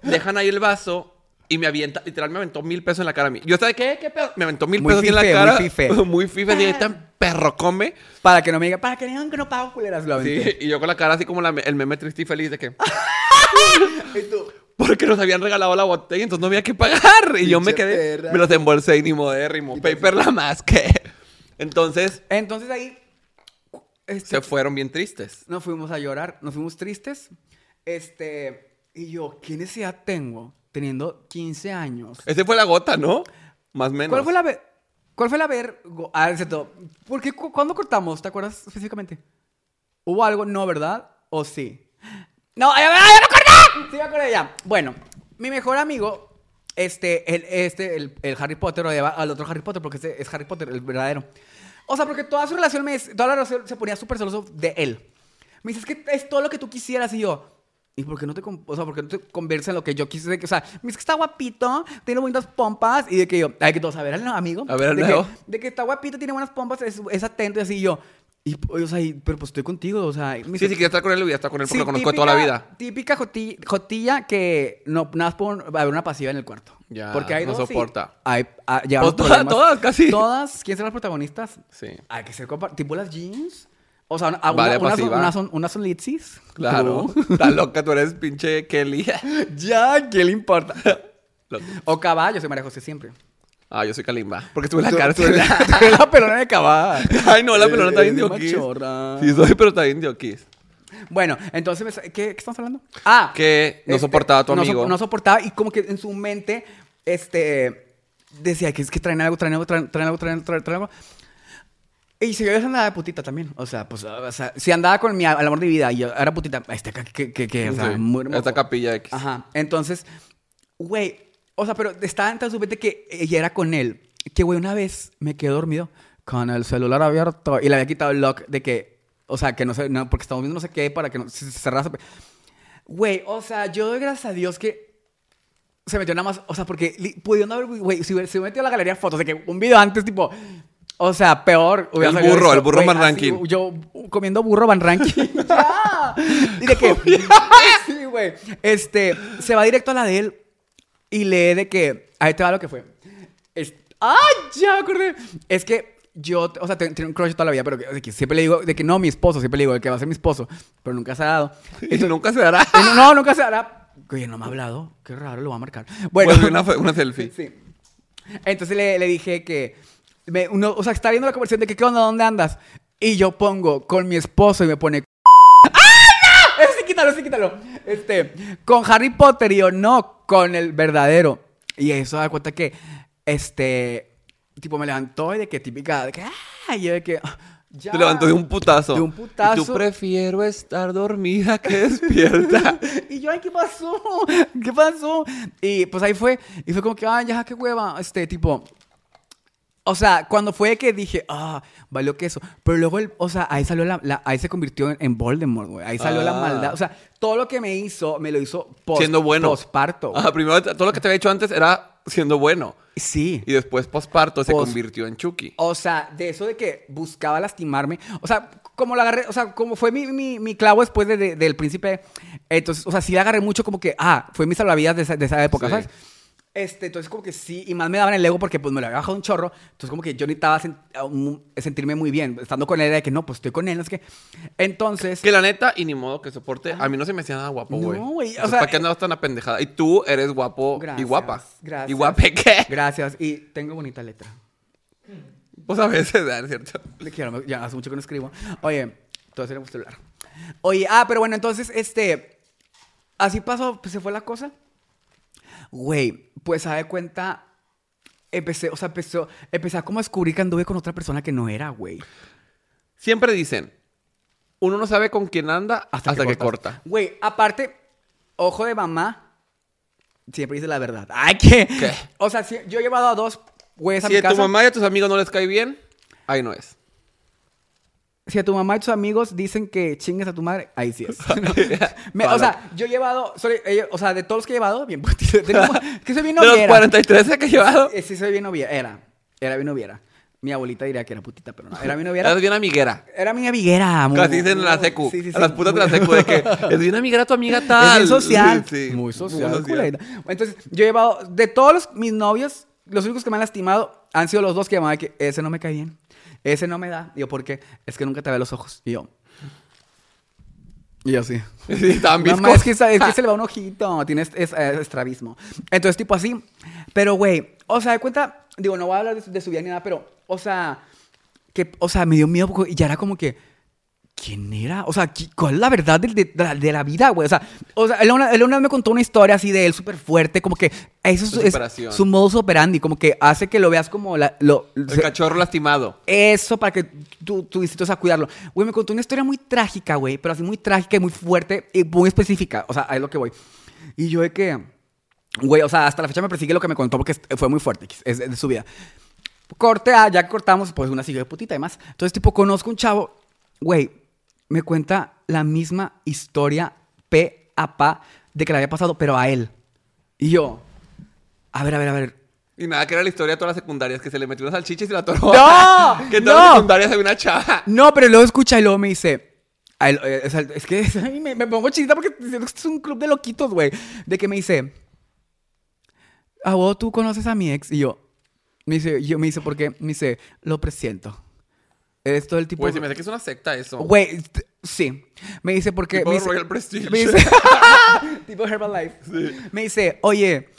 [SPEAKER 1] Y dejan ahí el vaso y me avienta, literal, me aventó mil pesos en la cara a mí. Yo, ¿sabes qué? ¿Qué pedo? Me aventó mil
[SPEAKER 2] Muy
[SPEAKER 1] pesos en la
[SPEAKER 2] fife,
[SPEAKER 1] cara.
[SPEAKER 2] muy fife.
[SPEAKER 1] Muy fife. Dije, tan perro come.
[SPEAKER 2] para que no me diga, para que no digan que no pago culeras. Lo
[SPEAKER 1] Sí,
[SPEAKER 2] aventé.
[SPEAKER 1] y yo con la cara así como la me- el meme triste y feliz de que. Porque nos habían regalado la botella, entonces no había que pagar. Y yo me
[SPEAKER 2] Pinche
[SPEAKER 1] quedé.
[SPEAKER 2] perra.
[SPEAKER 1] Me los embolsé y ni modérrimo. Paper la más que. Entonces,
[SPEAKER 2] Entonces ahí. este,
[SPEAKER 1] se fueron bien tristes.
[SPEAKER 2] Nos fuimos a llorar, nos fuimos tristes. Este, y yo, ¿qué necesidad tengo teniendo 15 años?
[SPEAKER 1] Esa fue la gota, ¿no? Más o menos.
[SPEAKER 2] ¿Cuál fue la ver? ¿Cuál fue la ver? Ah, excepto. ¿Por qué cu- cuándo cortamos? ¿Te acuerdas específicamente? ¿Hubo algo? No, ¿verdad? ¿O sí? No, ya, ya me acordé. Sí me acordé ya. Bueno, mi mejor amigo este el este el, el Harry Potter lo lleva al otro Harry Potter porque este es Harry Potter el verdadero. O sea, porque toda su relación me toda la relación se ponía súper celoso de él. Me dices que es todo lo que tú quisieras y yo ¿Y por qué no te, con- o sea, por qué no te conversa en lo que yo quise? de que- O sea, me dice que está guapito, tiene bonitas pompas. Y de que yo, hay que todos, a ver al nuevo amigo.
[SPEAKER 1] A ver al
[SPEAKER 2] de que,
[SPEAKER 1] nuevo.
[SPEAKER 2] de que está guapito, tiene buenas pompas, es, es atento y así y yo. Y, o sea, y- pero pues estoy contigo, o sea. y me
[SPEAKER 1] Sí,
[SPEAKER 2] dice-
[SPEAKER 1] sí, quería estar con él, hubiera estado con él porque
[SPEAKER 2] Sí,
[SPEAKER 1] lo conozco de toda la
[SPEAKER 2] típica-
[SPEAKER 1] vida.
[SPEAKER 2] Típica joti- jotilla, que no, nada más por haber una pasiva en el cuarto.
[SPEAKER 1] Ya,
[SPEAKER 2] Porque hay
[SPEAKER 1] no
[SPEAKER 2] dos y
[SPEAKER 1] soporta.
[SPEAKER 2] Hay, ah, ya
[SPEAKER 1] Pues
[SPEAKER 2] los
[SPEAKER 1] todas,
[SPEAKER 2] problemas.
[SPEAKER 1] todas, casi.
[SPEAKER 2] Todas, ¿quién serán las protagonistas?
[SPEAKER 1] Sí.
[SPEAKER 2] Hay que ser compa- tipo las jeans. O sea, una, a
[SPEAKER 1] Vale,
[SPEAKER 2] una- unas son,
[SPEAKER 1] pasiva.
[SPEAKER 2] unas son, unas son litsis.
[SPEAKER 1] Claro. Estás loca, tú eres pinche Kelly.
[SPEAKER 2] ya, ¿qué le importa?
[SPEAKER 1] Loco.
[SPEAKER 2] O caballo, soy María José siempre.
[SPEAKER 1] Ah, yo soy Kalimba. Porque estuve en
[SPEAKER 2] Tú-
[SPEAKER 1] la
[SPEAKER 2] tú
[SPEAKER 1] cárcel.
[SPEAKER 2] eres- tú eres la pelona de caballo.
[SPEAKER 1] Ay, no, la pelona está bien
[SPEAKER 2] Eres
[SPEAKER 1] dioquis.
[SPEAKER 2] machorra.
[SPEAKER 1] Sí, soy, pero está bien dioquis.
[SPEAKER 2] Bueno, entonces, me sa- ¿qué, qué estamos hablando? Ah.
[SPEAKER 1] Que no
[SPEAKER 2] este,
[SPEAKER 1] soportaba a tu
[SPEAKER 2] no
[SPEAKER 1] amigo.
[SPEAKER 2] so- No, soportaba y como que en su mente, este, decía que es que traen algo, traen algo, traen, traen algo, traen, traen, traen algo. Y si yo andaba de putita también. O sea, pues, o sea, si andaba con mi al amor de mi vida y yo era putita, este, que, que, que, que, o sea,
[SPEAKER 1] Sí,
[SPEAKER 2] muy hermoso.
[SPEAKER 1] Esta capilla X.
[SPEAKER 2] Ajá. Entonces, güey, o sea, pero estaba en tan su mente que ella era con él. Que, güey, una vez me quedé dormido con el celular abierto y le había quitado el lock de que, o sea, que no sé, no, porque estamos viendo no sé qué para que no se, se cerrase. Güey, o sea, yo doy gracias a Dios que se metió nada más, o sea, porque li- pudiendo haber, güey, si hubiera si hubiera metido a la galería de fotos de que un video antes, tipo, o sea, peor. hubiera
[SPEAKER 1] El
[SPEAKER 2] salido
[SPEAKER 1] burro,
[SPEAKER 2] eso,
[SPEAKER 1] el burro
[SPEAKER 2] güey,
[SPEAKER 1] Van
[SPEAKER 2] así,
[SPEAKER 1] Ranking.
[SPEAKER 2] u- yo uh, comiendo burro Van Ranking. ¡Ya! Y de que. sí, güey. Este, se va directo a la de él y lee de que. Ahí te va lo que fue. Es- ¡Ah! Ya me acordé. Es que yo, o sea, ten- tenía un crush toda la vida, pero que, de que siempre le digo, de que no, mi esposo, siempre le digo, de que va a ser mi esposo, pero nunca se ha dado.
[SPEAKER 1] Y nunca se dará.
[SPEAKER 2] Y Eh, no, no, nunca se hará. Oye, no me ha hablado. Qué raro, lo va a marcar. Bueno,
[SPEAKER 1] Bueno, una, una selfie.
[SPEAKER 2] Sí. Entonces le, le dije que. me- uno, o sea, está viendo la conversación de que, ¿qué onda? ¿Dónde andas? Y yo pongo con mi esposo y me pone. ¡Ah, no! Ese sí, quítalo, sí, quítalo. Este, con Harry Potter y yo no, con el verdadero. Y eso da cuenta que, este, tipo, me levantó y de que típica, de que, ¡ah! Y yo de que. ah, ya.
[SPEAKER 1] Te levantó de un putazo.
[SPEAKER 2] De un putazo.
[SPEAKER 1] Y tú prefiero estar dormida que despierta.
[SPEAKER 2] Y yo, ay, ¿qué pasó? ¿Qué pasó? Y pues ahí fue, y fue como que, ay, ya, qué hueva, este tipo. O sea, cuando fue que dije, ah, valió queso. Pero luego, el- o sea, ahí salió la, la- ahí se convirtió en, en Voldemort, güey. Ahí salió la
[SPEAKER 1] Ah.
[SPEAKER 2] maldad. O sea, todo lo que me hizo, me lo hizo post,
[SPEAKER 1] siendo bueno.
[SPEAKER 2] postparto. güey.
[SPEAKER 1] Ah, primero, todo lo que te había hecho antes era siendo bueno.
[SPEAKER 2] Sí.
[SPEAKER 1] Y después, posparto, se
[SPEAKER 2] Pos-
[SPEAKER 1] convirtió en Chucky.
[SPEAKER 2] O sea, de eso de que buscaba lastimarme. O sea, como la agarré, o sea, como fue mi, mi, mi clavo después de- de- del príncipe. Entonces, o sea, sí la agarré mucho como que, ah, fue mi salvavidas de esa, de esa época,
[SPEAKER 1] Sí.
[SPEAKER 2] ¿sabes? Este, entonces como que sí, y más me daban el ego porque pues me lo había bajado un chorro, entonces como que yo necesitaba sen- a un- sentirme muy bien, estando con él era de que no, pues estoy con él, no sé qué. Entonces,
[SPEAKER 1] Que la neta, y ni modo que soporte, a mí no se me hacía nada guapo,
[SPEAKER 2] No,
[SPEAKER 1] güey.
[SPEAKER 2] güey, o
[SPEAKER 1] Entonces,
[SPEAKER 2] sea,
[SPEAKER 1] ¿Para qué
[SPEAKER 2] eh,
[SPEAKER 1] andabas tan apendejada? Y tú eres guapo y
[SPEAKER 2] Gracias,
[SPEAKER 1] guapa.
[SPEAKER 2] gracias.
[SPEAKER 1] ¿Y guape qué?
[SPEAKER 2] gracias, y tengo bonita letra.
[SPEAKER 1] Pues a veces, ¿verdad? ¿cierto?
[SPEAKER 2] Le quiero, ya hace mucho que no escribo. Oye, entonces era celular. Oye, ah, pero bueno, entonces, este, así pasó, pues, se fue la cosa. Güey, pues a de cuenta, empecé, o sea, empezó, empecé a como a descubrir que anduve con otra persona que no era, güey.
[SPEAKER 1] Siempre dicen, uno no sabe con quién anda hasta, que,
[SPEAKER 2] cortas.
[SPEAKER 1] corta.
[SPEAKER 2] Güey, aparte, ojo de mamá, siempre dice la verdad. Ay, ¿qué?
[SPEAKER 1] ¿Qué?
[SPEAKER 2] O sea, si yo he llevado a dos güeyes a
[SPEAKER 1] Si
[SPEAKER 2] mi
[SPEAKER 1] a
[SPEAKER 2] casa.
[SPEAKER 1] tu mamá y a tus amigos no les cae bien, ahí no es.
[SPEAKER 2] Si a tu mamá y tus amigos dicen que chingues a tu madre, ahí sí es. Me- o sea, yo he llevado, soy- eh, o sea, de todos los que he llevado, bien, pues, tengo- que soy bien
[SPEAKER 1] de los
[SPEAKER 2] noviera.
[SPEAKER 1] 43 que he llevado.
[SPEAKER 2] Eh, Sí, soy bien noviera, era, era bien noviera. Mi abuelita diría que era putita, pero no. Era mi novia.
[SPEAKER 1] Eres
[SPEAKER 2] Era,
[SPEAKER 1] bien amiguera.
[SPEAKER 2] era mi amiguera. muy-
[SPEAKER 1] Casi dicen en la secu.
[SPEAKER 2] Mm. Sí, sí,
[SPEAKER 1] a las
[SPEAKER 2] sí,
[SPEAKER 1] putas de
[SPEAKER 2] muy-
[SPEAKER 1] la secu de que es bien amiguera tu amiga
[SPEAKER 2] Es
[SPEAKER 1] tal.
[SPEAKER 2] bien social.
[SPEAKER 1] Sí.
[SPEAKER 2] Muy social. culera. Entonces, yo he llevado, de todos los- mis novios, los únicos que me han lastimado han sido los dos que llamaban que ese no me cae bien. Ese no me da. Y yo, ¿por qué? Es que nunca te ve los ojos. Y yo. Y yo sí.
[SPEAKER 1] Sí, estaban
[SPEAKER 2] Mamá,
[SPEAKER 1] bizcos.
[SPEAKER 2] es que, esa- es que se le va un ojito. Tiene es- es- eh, estrabismo. Entonces, tipo así. Pero, güey, o sea, de cuenta, digo, no voy a hablar de su, de su vida ni nada, pero, o sea, que, o sea, me dio miedo porque ya era como que, ¿quién era? O sea, ¿qui- ¿cuál es la verdad del- de, de la, de la vida, güey? O sea, o sea él, una, él una vez me contó una historia así de él súper fuerte, como que eso es-
[SPEAKER 1] Su
[SPEAKER 2] es,
[SPEAKER 1] superación.
[SPEAKER 2] su modus operandi, como que hace que lo veas como la, lo,
[SPEAKER 1] El
[SPEAKER 2] se-
[SPEAKER 1] cachorro lastimado.
[SPEAKER 2] eso para que tú, tú instintos a cuidarlo. Güey, me contó una historia muy trágica, güey, pero así muy trágica y muy fuerte y muy específica. O sea, ahí es lo que voy. Y yo de que, güey, o sea, hasta la fecha me persigue lo que me contó porque es- fue muy fuerte, es de de su vida. Corte, ah, ya cortamos, pues una silla de putita y más. Entonces, tipo, conozco un chavo, güey, me cuenta la misma historia pe a pa de que le había pasado, pero a él. Y yo, a ver, a ver, a ver,
[SPEAKER 1] Y nada, que era la historia de todas las secundarias, que se le metió una salchicha y se la atoró.
[SPEAKER 2] ¡No!
[SPEAKER 1] que en todas las
[SPEAKER 2] ¡No!
[SPEAKER 1] secundarias había una chava.
[SPEAKER 2] No, pero luego escucha y luego me dice. a él, eh, o sea, es que ay, me, me pongo chiquita porque siento que esto es un club de loquitos, güey. De que me dice. Ah, vos tú conoces a mi ex. Y yo. Me dice, yo me dice, ¿por qué? Me dice, lo presiento. Eres todo el tipo.
[SPEAKER 1] Güey, se me hace que es una secta eso.
[SPEAKER 2] Güey, t- sí. Me dice, ¿por qué?
[SPEAKER 1] Tipo
[SPEAKER 2] me dice,
[SPEAKER 1] Royal Prestige.
[SPEAKER 2] Me dice, tipo Herbalife. Me dice, oye,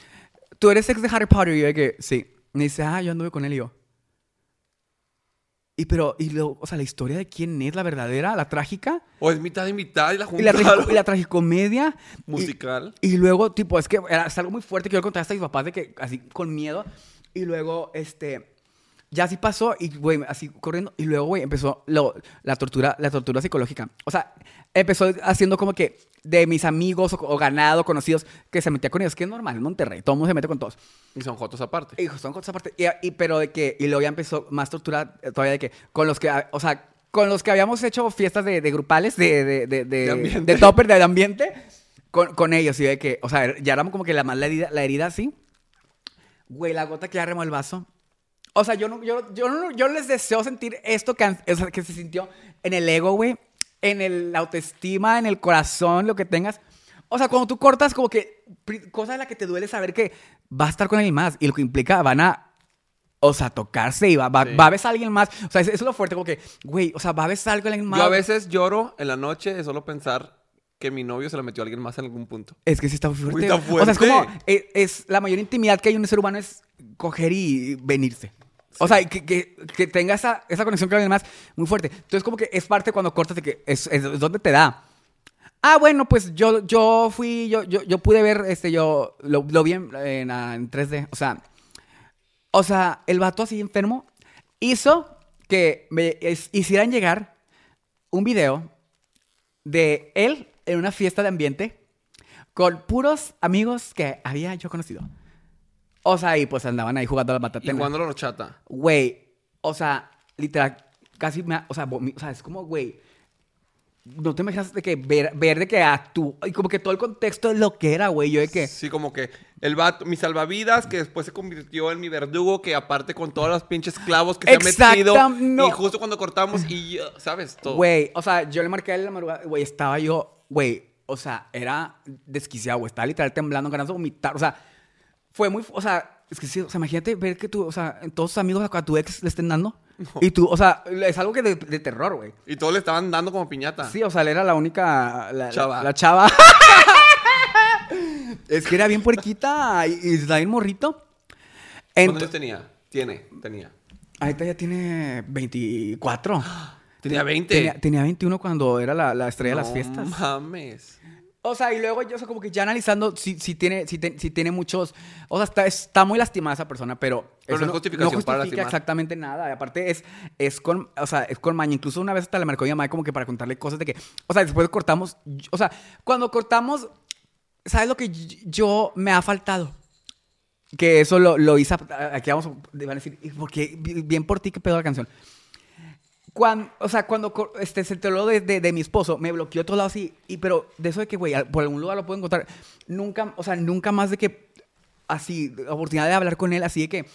[SPEAKER 2] ¿tú eres ex de Harry Potter? Y yo de que, sí. Me dice, ah, yo anduve con él y yo. Y pero, y luego, o sea, la historia de quién es la verdadera, la trágica,
[SPEAKER 1] O es mitad y mitad y la
[SPEAKER 2] y la,
[SPEAKER 1] juntaron.
[SPEAKER 2] tragico- y la tragicomedia. y-
[SPEAKER 1] Musical.
[SPEAKER 2] Y, luego, tipo, es que era, es algo muy fuerte que yo le conté hasta a mis papás de que, así, con miedo. Y luego, este, ya así pasó y, güey, así corriendo. Y luego, güey, empezó lo- la tortura, la tortura psicológica. O sea, empezó haciendo como que de mis amigos o, o ganado, conocidos, que se metía con ellos, que es normal en Monterrey. Todo el mundo se mete con todos.
[SPEAKER 1] Y son jotos aparte.
[SPEAKER 2] Hijo, son cosas aparte. Y, y- pero de que, y luego ya empezó más tortura eh, todavía de que, con los que, ah, o sea, con los que habíamos hecho fiestas de, de grupales, de, de, de, de,
[SPEAKER 1] De ambiente.
[SPEAKER 2] de topper, de ambiente, con, con ellos. Y de que, o sea, ya éramos como que la más la herida, la herida así. Güey, la gota que ya remó el vaso. O sea, yo no, yo, yo no, yo les deseo sentir esto que, han- o sea, que se sintió en el ego, güey, en el, la autoestima, en el corazón, lo que tengas. O sea, cuando tú cortas, como que pri- cosa de la que te duele saber que va a estar con alguien más y lo que implica van a, o sea, tocarse y va, va,
[SPEAKER 1] Sí.
[SPEAKER 2] va a besar a alguien más. O sea, eso es lo fuerte, como que, güey, o sea, va a besar a alguien más.
[SPEAKER 1] Yo a veces lloro en la noche de solo pensar que mi novio se lo metió a alguien más en algún punto.
[SPEAKER 2] Es que sí está fuerte.
[SPEAKER 1] Uy, está
[SPEAKER 2] O sea, es como
[SPEAKER 1] fuerte.
[SPEAKER 2] es, es la mayor intimidad que hay en un ser humano es coger y venirse. O sea, y que, que, que tenga esa, esa conexión con alguien más muy fuerte. Entonces, como que es parte cuando cortas de que es, es donde te da. Ah, bueno, pues yo, yo fui, yo, yo, yo pude ver, este, yo lo, lo vi en, en, ah, en 3D. O sea, o sea, el vato así enfermo hizo que me es- hicieran llegar un video de él en una fiesta de ambiente con puros amigos que había yo conocido. O sea, y pues andaban ahí jugando a la
[SPEAKER 1] Y
[SPEAKER 2] matatena.
[SPEAKER 1] cuando la horchata.
[SPEAKER 2] Güey, o sea, literal, casi me... ha- O sea, vomi- o sea es como, güey... No te imaginas de que ver, ver de que a tú... Y como que todo el contexto de lo que era, güey. Yo de que...
[SPEAKER 1] Sí, como que el vato, mi salvavidas, que después se convirtió en mi verdugo, que aparte con todos los pinches clavos que se ha metido.
[SPEAKER 2] Exacta- no.
[SPEAKER 1] Y justo cuando cortamos, y yo- ¿sabes? Todo.
[SPEAKER 2] Güey, o sea, yo le marqué a él en la madrugada, güey, estaba yo, güey, o sea, era desquiciado, güey, estaba literal temblando, ganas de vomitar, o sea, fue muy, o sea, es que sí, o sea, imagínate ver que tú, o sea, todos tus amigos a tu ex le estén dando, y tú, o sea, es algo que de, de terror, güey.
[SPEAKER 1] Y todos le estaban dando como piñata.
[SPEAKER 2] Sí, o sea, él era la única, la
[SPEAKER 1] Ah. Chava.
[SPEAKER 2] chava. La chava. es que era bien puerquita y, y está bien morrito.
[SPEAKER 1] ¿Cuántos
[SPEAKER 2] Entonces,
[SPEAKER 1] años tenía? Tiene, tenía.
[SPEAKER 2] ahorita ya tiene 24.
[SPEAKER 1] Tenía 20.
[SPEAKER 2] Tenía, tenía 21 cuando era la, la estrella de las
[SPEAKER 1] No
[SPEAKER 2] fiestas.
[SPEAKER 1] mames.
[SPEAKER 2] O sea, y luego yo, o sea, como que ya analizando si, si tiene, si, te- si tiene muchos. O sea, está, está muy lastimada esa persona, pero.
[SPEAKER 1] Pero no es justificación para lastimar.
[SPEAKER 2] exactamente nada. Y aparte es, es con. O sea, es con maña. Incluso una vez hasta le marcó a mi mamá como que para contarle cosas de que. O sea, después cortamos. yo- O sea, cuando cortamos. ¿Sabes lo que yo- yo me ha faltado? Que eso lo, lo hice. a- Aquí vamos. Van a decir, "¿Y por qué? bien por ti que pedo la canción. Cuando, o sea, cuando co- este, se enteró de, de, de mi esposo, me bloqueó de todos lados así. Y, pero de eso de que, güey, al- por algún lugar lo puedo encontrar. Nunca, o sea, nunca más de que, así, oportunidad de hablar con él, así de que,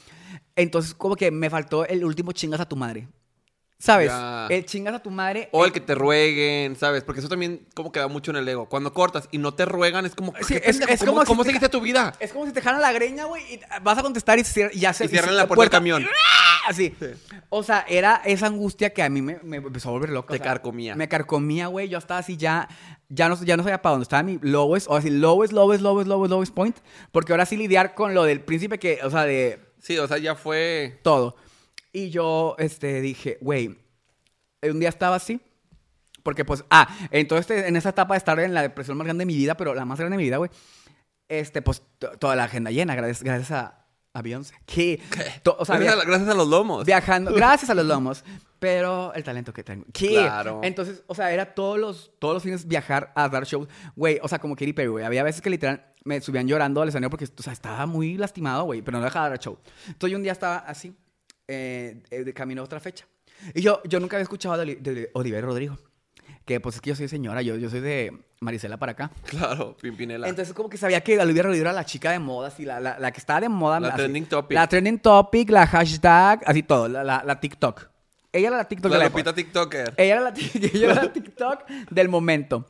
[SPEAKER 2] Entonces, como que me faltó el último chingas a tu madre. ¿Sabes?
[SPEAKER 1] Ya.
[SPEAKER 2] El chingas a tu madre.
[SPEAKER 1] O el que te rueguen, ¿sabes? Porque eso también como queda mucho en el ego. Cuando cortas y no te ruegan, es como,
[SPEAKER 2] Sí,
[SPEAKER 1] ¿qué
[SPEAKER 2] es-
[SPEAKER 1] pendejo?
[SPEAKER 2] es
[SPEAKER 1] ¿cómo,
[SPEAKER 2] como si
[SPEAKER 1] cómo
[SPEAKER 2] te-
[SPEAKER 1] seguiste tu vida?
[SPEAKER 2] Es como si te jalan la greña, güey, y vas a contestar y, se cierra- y ya se
[SPEAKER 1] Y cierran la puerta del camión.
[SPEAKER 2] Así. Ah, O sea, era esa angustia que a mí me, me empezó a volver loca.
[SPEAKER 1] Te
[SPEAKER 2] o sea,
[SPEAKER 1] carcomía.
[SPEAKER 2] Me carcomía, güey. Yo estaba así ya. Ya no, ya no sabía para dónde estaba mi lowest. O así, lowest, lowest, lowest, lowest, lowest point. Porque ahora sí lidiar con lo del príncipe que, o sea, de
[SPEAKER 1] Sí, o sea, ya fue...
[SPEAKER 2] todo. Y yo, este, dije, güey, eh, un día estaba así. Porque, pues, ah, entonces te- en esa etapa de estar en la depresión más grande de mi vida, pero la más grande de mi vida, güey, este, pues, to- toda la agenda llena, gracias, gracias a, a Beyoncé. Que, to- o sea,
[SPEAKER 1] gracias,
[SPEAKER 2] via-
[SPEAKER 1] a, gracias a los lomos.
[SPEAKER 2] viajando, gracias a los lomos, pero el talento que tengo. Que,
[SPEAKER 1] Claro.
[SPEAKER 2] Entonces, o sea, era todos los, todos los fines viajar a dar shows, güey, o sea, como Katy Perry, güey. Había veces que literal me subían llorando al escenario porque, o sea, estaba muy lastimado, güey, pero no dejaba de dar show. Entonces, yo un día estaba así, eh, eh, de camino a otra fecha. Y yo, yo nunca había escuchado de, Oli- de Oliver Rodrigo, que pues es que yo soy señora, yo, yo soy de Marisela para acá.
[SPEAKER 1] Claro, Pimpinela.
[SPEAKER 2] Entonces como que sabía que Olivia Rodrigo era la chica de moda, así, la, la, la que estaba de moda.
[SPEAKER 1] La
[SPEAKER 2] así.
[SPEAKER 1] trending topic.
[SPEAKER 2] La trending topic, la hashtag, así todo, la, la, la TikTok. Ella era la TikTok
[SPEAKER 1] la
[SPEAKER 2] de la
[SPEAKER 1] Lupita
[SPEAKER 2] época.
[SPEAKER 1] TikToker.
[SPEAKER 2] Ella era la, tic- ella era la TikTok del momento.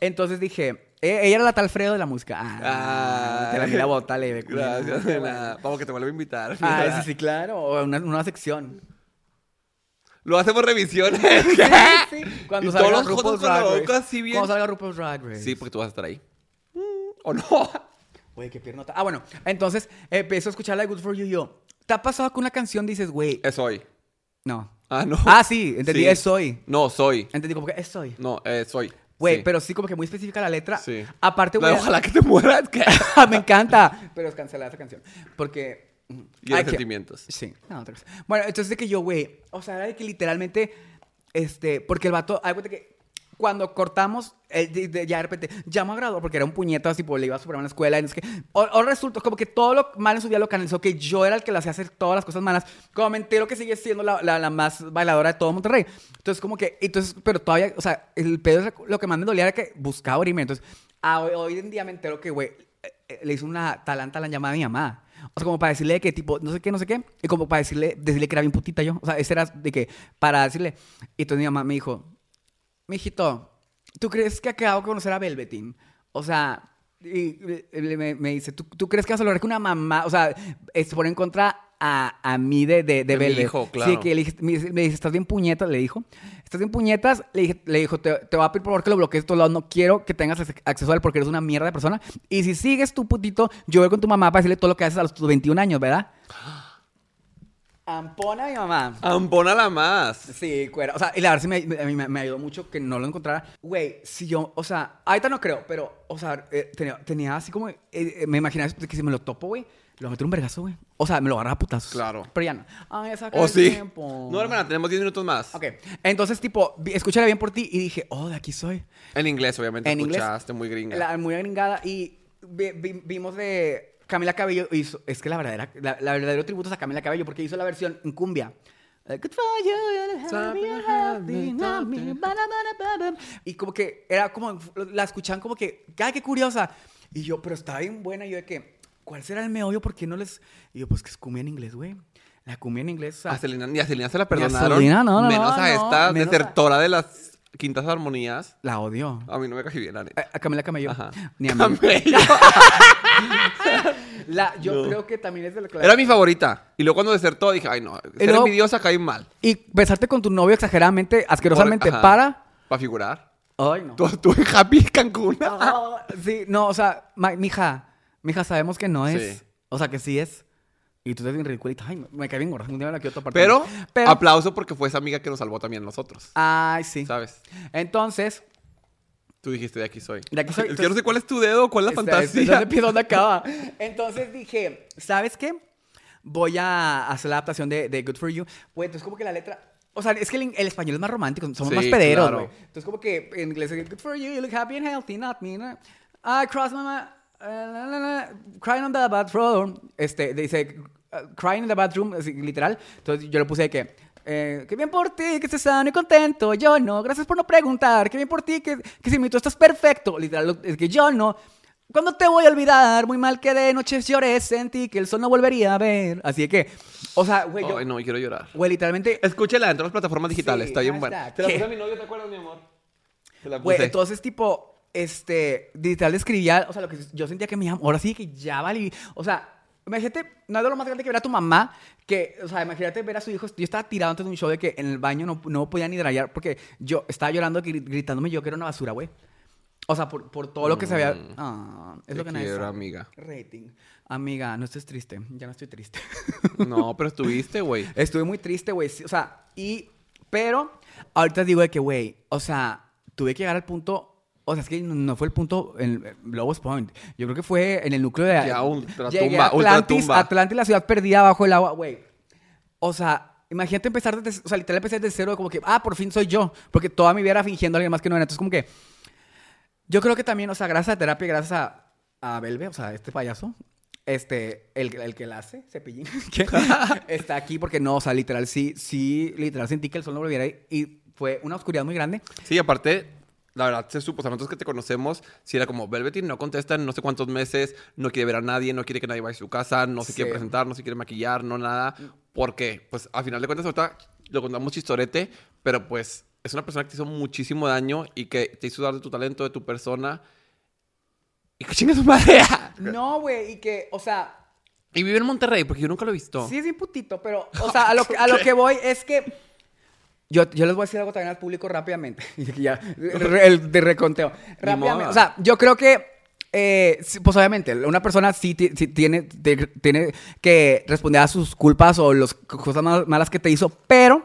[SPEAKER 2] Entonces dije, eh, ella era la Talfredo de la música. Ah,
[SPEAKER 1] Ah.
[SPEAKER 2] te la mira bota leve. culera.
[SPEAKER 1] Gracias, de nada. Vamos, que te vuelvo a invitar.
[SPEAKER 2] eh, Ah, sí, sí, claro. o Una nueva sección.
[SPEAKER 1] Lo hacemos revisiones.
[SPEAKER 2] Sí, Cuando
[SPEAKER 1] Y todos
[SPEAKER 2] salga
[SPEAKER 1] los jotos
[SPEAKER 2] RuPaul's
[SPEAKER 1] con la
[SPEAKER 2] Drag Race.
[SPEAKER 1] boca así bien-
[SPEAKER 2] Cuando salga RuPaul's Drag Race.
[SPEAKER 1] Sí, porque tú vas a estar ahí. Mm, ¿O no?
[SPEAKER 2] Güey, qué piernota. Ah, bueno, entonces empiezo a escuchar la de Good For You y yo. ¿Te ha pasado que una canción dices, güey,
[SPEAKER 1] Es hoy.
[SPEAKER 2] no?
[SPEAKER 1] Ah, no.
[SPEAKER 2] Ah, sí, entendí,
[SPEAKER 1] Sí.
[SPEAKER 2] es hoy.
[SPEAKER 1] No, soy.
[SPEAKER 2] Entendí, como que es hoy.
[SPEAKER 1] No, es soy.
[SPEAKER 2] Güey,
[SPEAKER 1] Sí.
[SPEAKER 2] pero sí, como que muy específica la letra.
[SPEAKER 1] Sí.
[SPEAKER 2] Aparte,
[SPEAKER 1] La de
[SPEAKER 2] güey.
[SPEAKER 1] ojalá que te mueras. ¿qué?
[SPEAKER 2] me encanta. Pero es cancelada esa canción. Porque.
[SPEAKER 1] Y hay
[SPEAKER 2] Ay, que-
[SPEAKER 1] sentimientos.
[SPEAKER 2] Sí, no, otra cosa. Bueno, entonces de que yo, güey, o sea, era de que literalmente, este, porque el vato, hay cuenta que cuando cortamos, él de- de- ya de repente, ya me graduar porque era un puñetazo, así, pues le iba a superar en la escuela, y no sé qué. O, o resultó como que todo lo mal en su día lo canalizó, que yo era el que le hacía hacer todas las cosas malas, como me entero que sigue siendo la, la- la más bailadora de todo Monterrey. Entonces, como que, entonces, pero todavía, o sea, el pedo, es- lo que más me dolía era que buscaba orime. Entonces, ah, hoy, hoy en día me entero que, güey, eh, eh, le hizo una talán talán llamada a mi mamá. O sea, como para decirle de que tipo, no sé qué, no sé qué. Y como para decirle, decirle que era bien putita yo. O sea, ese era de que, para decirle. Y entonces mi mamá me dijo, mijito, ¿tú crees que acabo de conocer a Velveteen? O sea, y le- le- me, me dice, ¿tú, tú crees que vas a lograr que una mamá, o sea, es poner en contra a, a mí de, de, de,
[SPEAKER 1] De mi
[SPEAKER 2] Velvet?
[SPEAKER 1] hijo,
[SPEAKER 2] Sí,
[SPEAKER 1] claro.
[SPEAKER 2] que le dije- me, dice- me dice, ¿estás bien puñetas? Le dijo, ¿estás bien puñetas? Le, dije, le dijo, te, te voy a pedir por favor que lo bloquees de todos lados. No quiero que tengas ac- acceso a él porque eres una mierda de persona. Y si sigues tu putito, yo voy con tu mamá para decirle todo lo que haces a los tus 21 años, ¿verdad? Ampona mi mamá.
[SPEAKER 1] Ampona la más.
[SPEAKER 2] Sí, cuera. O sea, y la verdad sí me, me- a mí me- me ayudó mucho que no lo encontrara. Güey, si yo, o sea, ahorita no creo, pero, o sea, eh, tenía, tenía así como, eh, eh, me imaginaba que si me lo topo, güey, lo meto un vergazo, güey. O sea, me lo agarra a putazos.
[SPEAKER 1] Claro.
[SPEAKER 2] Pero ya no. Ay, esa
[SPEAKER 1] ¿O Oh, sí?
[SPEAKER 2] tiempo.
[SPEAKER 1] No, hermana, tenemos 10 minutos más.
[SPEAKER 2] Ok, entonces, tipo, vi- escúchala bien por ti y dije, oh, de aquí soy.
[SPEAKER 1] En inglés, obviamente.
[SPEAKER 2] En inglés.
[SPEAKER 1] escuchaste muy gringa.
[SPEAKER 2] La muy gringada y vi- vi- vimos de Camila Cabello hizo, es que la verdadera, la, la verdadero tributo es a Camila Cabello porque hizo la versión en cumbia. Eh, Good for you, you're happy, you're healthy, not me, ba, ba, ba, ba, ba. Y como que era como, la escuchaban como que, ¡ay, qué curiosa! Y yo, pero estaba bien buena, y yo de que, ¿cuál será el meollo? ¿Por qué no les...? Y yo, pues que es cumbia en inglés, güey. La cumbia en inglés, o sea,
[SPEAKER 1] A Selena, ni a Selena se la
[SPEAKER 2] Ni a
[SPEAKER 1] perdonaron.
[SPEAKER 2] Selena, no, no,
[SPEAKER 1] menos
[SPEAKER 2] no,
[SPEAKER 1] a
[SPEAKER 2] no,
[SPEAKER 1] esta
[SPEAKER 2] menos a-
[SPEAKER 1] desertora de las quintas armonías.
[SPEAKER 2] la odio.
[SPEAKER 1] A mí no me cae bien, la neta.
[SPEAKER 2] A, a Camila Cabello.
[SPEAKER 1] Ajá.
[SPEAKER 2] Ni a mí.
[SPEAKER 1] Camello.
[SPEAKER 2] La, yo
[SPEAKER 1] No.
[SPEAKER 2] creo que también es de la que la-
[SPEAKER 1] Era mi favorita. Y luego cuando desertó dije, ay
[SPEAKER 2] Eh,
[SPEAKER 1] no, ser
[SPEAKER 2] luego-
[SPEAKER 1] envidiosa cae mal.
[SPEAKER 2] Y besarte con tu novio exageradamente, asquerosamente,
[SPEAKER 1] Por- ajá.
[SPEAKER 2] para.
[SPEAKER 1] Para figurar.
[SPEAKER 2] Ay, no.
[SPEAKER 1] Tú, tú en Happy Cancún.
[SPEAKER 2] Ah, sí, no, o sea, ma- mija, mija, sabemos que no es.
[SPEAKER 1] Sí.
[SPEAKER 2] O sea, que sí es. Y tú estás bien ridiculita. Ay, me, me cae bien gorda. Un día me la quiero topar
[SPEAKER 1] Pero,
[SPEAKER 2] también. Pero-
[SPEAKER 1] aplauso porque fue esa amiga que nos salvó también a nosotros.
[SPEAKER 2] Ay, sí.
[SPEAKER 1] ¿Sabes?
[SPEAKER 2] Entonces,
[SPEAKER 1] Tú dijiste, de aquí soy.
[SPEAKER 2] De aquí soy.
[SPEAKER 1] Es que no sé cuál es tu dedo, cuál es la
[SPEAKER 2] Este,
[SPEAKER 1] fantasía.
[SPEAKER 2] este, ¿Dónde empieza? ¿Dónde acaba? Entonces dije, ¿sabes qué? Voy a hacer la adaptación de, de Good For You. Güey, entonces como que la letra... O sea, es que el, el español es más romántico, somos
[SPEAKER 1] Sí,
[SPEAKER 2] más pederos,
[SPEAKER 1] claro.
[SPEAKER 2] güey. Entonces como que en inglés es Good For You, you look happy and healthy, not me. no. I cross my mind, uh, la, la, la, crying on the bathroom. Este, dice, uh, crying in the bathroom, así, literal. Entonces yo le puse de que... Eh, qué bien por ti, que estés sano y contento. Yo no, gracias por no preguntar. Qué bien por ti, que, que si mi tú estás perfecto. Literal, lo- es que yo no. Cuando te voy a olvidar, muy mal que de noche lloré, sentí que el sol no volvería a ver. Así de que, o sea, güey, yo,
[SPEAKER 1] Ay, no, quiero llorar.
[SPEAKER 2] güey, literalmente,
[SPEAKER 1] Escúchela dentro de las plataformas digitales,
[SPEAKER 2] Sí,
[SPEAKER 1] está bien
[SPEAKER 2] hashtag.
[SPEAKER 1] buena.
[SPEAKER 3] Te la
[SPEAKER 2] ¿Qué?
[SPEAKER 3] puse a mi novio, ¿te acuerdas, mi amor? Te la puse.
[SPEAKER 2] güey, entonces, tipo, este, literal escribía, o sea, lo que yo sentía que mi amor, ahora sí que ya valí. O sea, imagínate, no es lo más grande que ver a tu mamá, que, o sea, imagínate ver a su hijo. Yo estaba tirado antes de un show de que en el baño no, no podía ni rayar porque yo estaba llorando, gri- gritándome yo que era una basura, güey. O sea, por, por todo lo que se había. Ah, es lo
[SPEAKER 1] Mm. Te
[SPEAKER 2] que nadie
[SPEAKER 1] quiero,
[SPEAKER 2] sabe.
[SPEAKER 1] amiga.
[SPEAKER 2] Rating. Amiga, no estés triste. Ya no estoy triste.
[SPEAKER 1] No, pero estuviste, güey.
[SPEAKER 2] Estuve muy triste, güey. Sí, O sea, y. Pero ahorita digo de que, güey, o sea, tuve que llegar al punto. O sea, es que no- no fue el punto en eh, Lowest Point. Yo creo que fue en el núcleo de.
[SPEAKER 1] Ya, ultratumba,
[SPEAKER 2] Llegué a Atlantis,
[SPEAKER 1] ultratumba.
[SPEAKER 2] Atlantis, la ciudad perdida bajo el agua, güey. O sea, imagínate empezar desde. O sea, literal empecé desde cero, como que, ah, por fin soy yo. Porque toda mi vida era fingiendo a alguien más que no era. Entonces, como que. Yo creo que también, o sea, gracias a terapia, y gracias a, a Belve, o sea, este payaso, este, el, el que la hace, Cepillín, que está aquí porque no, o sea, literal, sí, sí, literal sentí que el sol no volviera y, y fue una oscuridad muy grande.
[SPEAKER 1] Sí, aparte, la verdad se supo. O sea, nosotros que te conocemos, si era como Velvetin no contesta en no sé cuántos meses, no quiere ver a nadie, no quiere que nadie vaya a su casa, no se
[SPEAKER 2] Sí. Mm.
[SPEAKER 1] quiere presentar, no se quiere maquillar, no nada. ¿Por qué? Pues al final de cuentas, ahorita lo contamos chistorete, pero pues es una persona que te hizo muchísimo daño y que te hizo dar de tu talento, de tu persona. Y que chingas su madre.
[SPEAKER 2] No, güey, y que, o sea,
[SPEAKER 1] Y vive en Monterrey, porque yo nunca lo he visto.
[SPEAKER 2] Sí, es bien putito, pero, o sea, a lo, que- a lo que voy es que. Yo, yo les voy a decir algo también al público rápidamente. Y aquí ya, re- el de reconteo. Rápidamente.
[SPEAKER 1] modo.
[SPEAKER 2] O sea, yo creo que. eh, sí, pues obviamente, una persona sí, ti- sí tiene, te- tiene que responder a sus culpas o las cosas mal- malas que te hizo, pero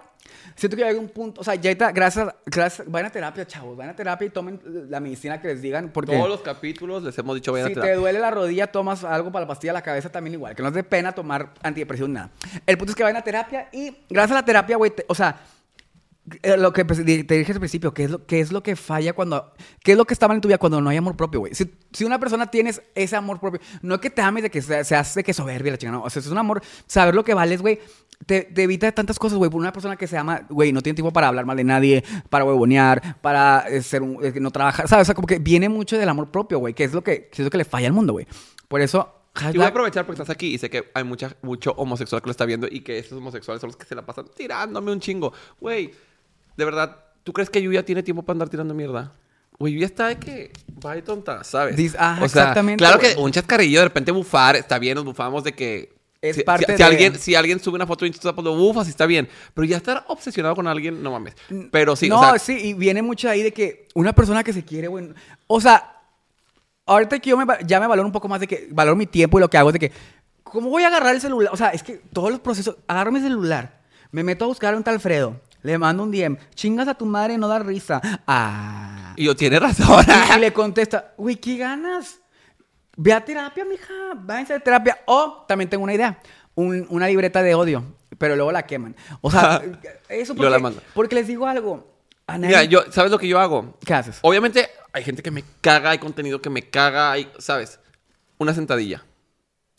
[SPEAKER 2] siento que hay un punto. O sea, ya ahorita, gracias, gracias. Vayan a terapia, chavos. Vayan a terapia y tomen la medicina que les digan. Porque
[SPEAKER 1] Todos los capítulos les hemos dicho, vayan
[SPEAKER 2] si
[SPEAKER 1] a
[SPEAKER 2] te
[SPEAKER 1] terapia.
[SPEAKER 2] duele la rodilla, tomas algo para la pastilla de la cabeza también igual. Que no es de pena tomar antidepresión, nada. El punto es que vayan a terapia y gracias a la terapia, güey, te- o sea, eh, lo que pues, di- te dije al principio, ¿qué es, lo, ¿qué es lo que falla cuando... ¿Qué es lo que está mal en tu vida cuando no hay amor propio, güey? Si, si una persona tienes ese amor propio, no que te ames de que se- seas de que soberbia, la chingada, no. O sea, es un amor, saber lo que vales, güey. Te, te evita tantas cosas, güey. Por una persona que se ama, güey, no tiene tiempo para hablar mal de nadie, para huevonear, para eh, ser un, eh, no trabajar, ¿sabes? O sea, como que viene mucho del amor propio, güey, que es lo que, que es lo que le falla al mundo, güey. Por eso,
[SPEAKER 1] Y voy a
[SPEAKER 2] hashtag-
[SPEAKER 1] aprovechar porque estás aquí y sé que hay mucha, mucho homosexual que lo está viendo y que esos homosexuales son los que se la pasan tirándome un chingo. Güey, de verdad, ¿tú crees que Yuya tiene tiempo para andar tirando mierda? Güey, Yuya está de que va y tonta, ¿sabes?
[SPEAKER 2] Dis- ah, exactamente,
[SPEAKER 1] Claro que
[SPEAKER 2] güey.
[SPEAKER 1] un chascarrillo de repente bufar, está bien, nos bufamos de que.
[SPEAKER 2] Es
[SPEAKER 1] si,
[SPEAKER 2] parte
[SPEAKER 1] si- si
[SPEAKER 2] de-
[SPEAKER 1] alguien, si alguien sube una foto de Instagram, pues lo bufas y está bien. Pero ya estar obsesionado con alguien, no mames. Pero sí,
[SPEAKER 2] no,
[SPEAKER 1] o sea,
[SPEAKER 2] sí, y viene mucho ahí de que una persona que se quiere, güey. O sea, ahorita que yo me va- ya me valoro un poco más de que valoro mi tiempo y lo que hago es de que, ¿cómo voy a agarrar el celular? O sea, es que todos los procesos, agarro mi celular, me meto a buscar a un tal Alfredo, le mando un DM, chingas a tu madre, no da risa. Ah.
[SPEAKER 1] Y yo, tiene razón.
[SPEAKER 2] Y, y le contesta, güey, ¿qué ganas? Ve a terapia, mija, váyanse a terapia. O también tengo una idea, un- una libreta de odio, pero luego la queman. O sea, eso
[SPEAKER 1] Yo
[SPEAKER 2] porque,
[SPEAKER 1] la mando.
[SPEAKER 2] porque les digo algo. A nadie-
[SPEAKER 1] Mira, yo, ¿sabes lo que yo hago?
[SPEAKER 2] ¿Qué haces?
[SPEAKER 1] Obviamente hay gente que me caga, hay contenido que me caga, hay, ¿sabes? Una sentadilla.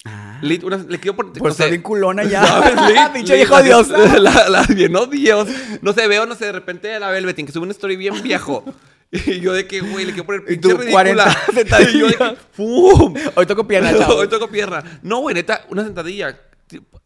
[SPEAKER 2] Ah.
[SPEAKER 1] Lit, una- le quiero poner...
[SPEAKER 2] Por
[SPEAKER 1] no sé,
[SPEAKER 2] ser bien culona ya.
[SPEAKER 1] ¿sabes? Lit,
[SPEAKER 2] Pinche
[SPEAKER 1] lit,
[SPEAKER 2] hijo
[SPEAKER 1] la-
[SPEAKER 2] de Dios.
[SPEAKER 1] La, la- bien odiosa. No sé, veo, no sé, de repente a la Velvetin que sube una story bien viejo. Y yo de que, güey, le quiero poner
[SPEAKER 2] Y tú,
[SPEAKER 1] pinche ridícula.
[SPEAKER 2] 40
[SPEAKER 1] Y yo de que,
[SPEAKER 2] sentadillas.
[SPEAKER 1] ¡pum!
[SPEAKER 2] Hoy toco pierna, chavo.
[SPEAKER 1] Hoy toco pierna. No, güey, neta, una sentadilla.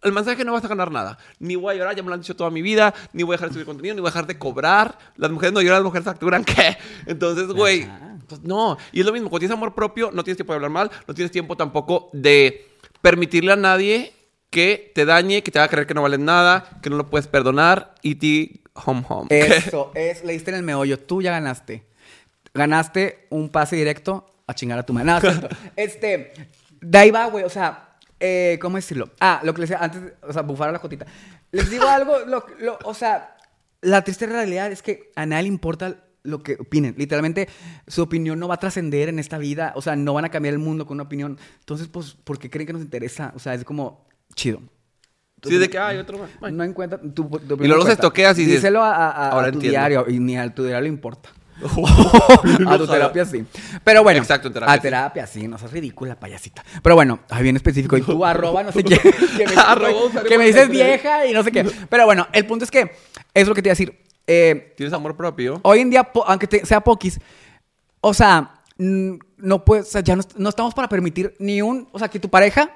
[SPEAKER 1] El mensaje no vas a ganar nada. Ni voy a llorar, ya me lo han dicho toda mi vida. Ni voy a dejar de subir contenido, ni voy a dejar de cobrar. Las mujeres no lloran, las mujeres facturan. ¿Qué? Entonces, güey, pues no. Y es lo mismo, cuando tienes amor propio, no tienes tiempo de hablar mal, no tienes tiempo tampoco de permitirle a nadie que te dañe, que te haga creer que no vales nada, que no lo puedes perdonar. Y ti, home, home.
[SPEAKER 2] Eso, es, le diste en el meollo. Tú ya ganaste. Ganaste un pase directo a chingar a tu madre. Nada, es cierto. este, de ahí va, güey. O sea, eh, ¿cómo decirlo? Ah, lo que les decía antes, o sea, bufar a la cotita. Les digo algo, lo- lo- o sea, la triste realidad es que a nadie le importa lo que opinen. Literalmente, su opinión no va a trascender en esta vida. O sea, no van a cambiar el mundo con una opinión. Entonces, pues, ¿por qué creen que nos interesa? O sea, es como chido.
[SPEAKER 1] Sí, de que hay otro más. Bye.
[SPEAKER 2] No encuentra tu, tu
[SPEAKER 1] Y luego los estoqueas y dices,
[SPEAKER 2] Díselo a, a- a-
[SPEAKER 1] ahora
[SPEAKER 2] a tu
[SPEAKER 1] entiendo. Oh,
[SPEAKER 2] diario y ni a tu diario le importa. a tu terapia sí. Pero bueno.
[SPEAKER 1] Exacto, en terapia
[SPEAKER 2] A
[SPEAKER 1] sí.
[SPEAKER 2] terapia sí. No seas ridícula, payasita. Pero bueno, ay, bien específico. Y tú arroba, no sé qué. Que me,
[SPEAKER 1] Arroba, usuario
[SPEAKER 2] que me
[SPEAKER 1] con
[SPEAKER 2] dices
[SPEAKER 1] nombre.
[SPEAKER 2] vieja y no sé qué. Pero bueno, el punto es que es lo que te iba a decir. Eh,
[SPEAKER 1] Tienes amor propio.
[SPEAKER 2] hoy en día, po- aunque te- sea poquis, o sea, mm, no puedes, o sea, ya no, est- no estamos para permitir ni un, o sea, que tu pareja,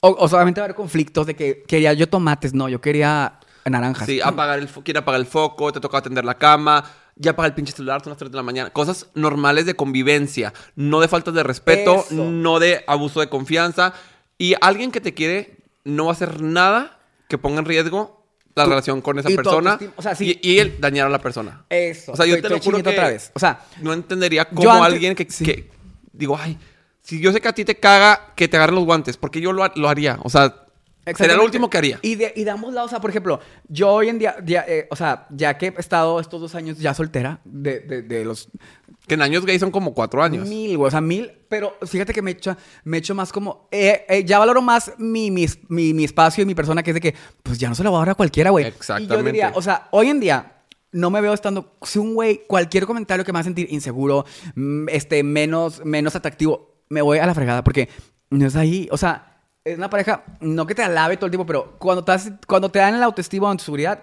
[SPEAKER 2] o, o solamente va a haber conflictos de que quería yo tomates, no, yo quería naranjas.
[SPEAKER 1] Sí, apagar el fo- quiere apagar el foco, te toca atender la cama, ya apaga el pinche celular, son las 3 de la mañana. Cosas normales de convivencia, no de faltas de respeto,
[SPEAKER 2] Eso.
[SPEAKER 1] no de abuso de confianza. Y alguien que te quiere no va a hacer nada que ponga en riesgo la relación con esa
[SPEAKER 2] y tu
[SPEAKER 1] persona
[SPEAKER 2] autoestima, o sea, sí.
[SPEAKER 1] y, y el dañar a la persona.
[SPEAKER 2] Eso.
[SPEAKER 1] O sea, yo te
[SPEAKER 2] estoy-
[SPEAKER 1] lo
[SPEAKER 2] estoy
[SPEAKER 1] juro
[SPEAKER 2] chinito
[SPEAKER 1] que
[SPEAKER 2] otra vez. O sea,
[SPEAKER 1] no entendería cómo
[SPEAKER 2] antes-
[SPEAKER 1] alguien que,
[SPEAKER 2] sí.
[SPEAKER 1] que- digo, ay, si yo sé que a ti te caga que te agarren los guantes, porque yo lo, ha- lo haría. O sea, sería lo
[SPEAKER 2] Exactamente.
[SPEAKER 1] último que haría.
[SPEAKER 2] Y de, y de ambos lados, o sea, por ejemplo, yo hoy en día, día, eh, o sea, ya que he estado estos dos años ya soltera, de, de- de los
[SPEAKER 1] Que en años gay son como cuatro años.
[SPEAKER 2] mil, güey, o sea, mil, pero fíjate que me he hecho, me he hecho más como, eh, eh, ya valoro más mi, mis- mi, mi espacio y mi persona, que es de que, pues ya no se lo voy a dar a cualquiera, güey. Y yo
[SPEAKER 1] Exactamente.
[SPEAKER 2] diría, o sea, hoy en día... No me veo estando. Si un güey, cualquier comentario que me haga sentir inseguro, mm, este, menos, menos atractivo, me voy a la fregada porque no es ahí. O sea, es una pareja, no que te alabe todo el tiempo, pero cuando te, hace- cuando te dan el autoestima o seguridad,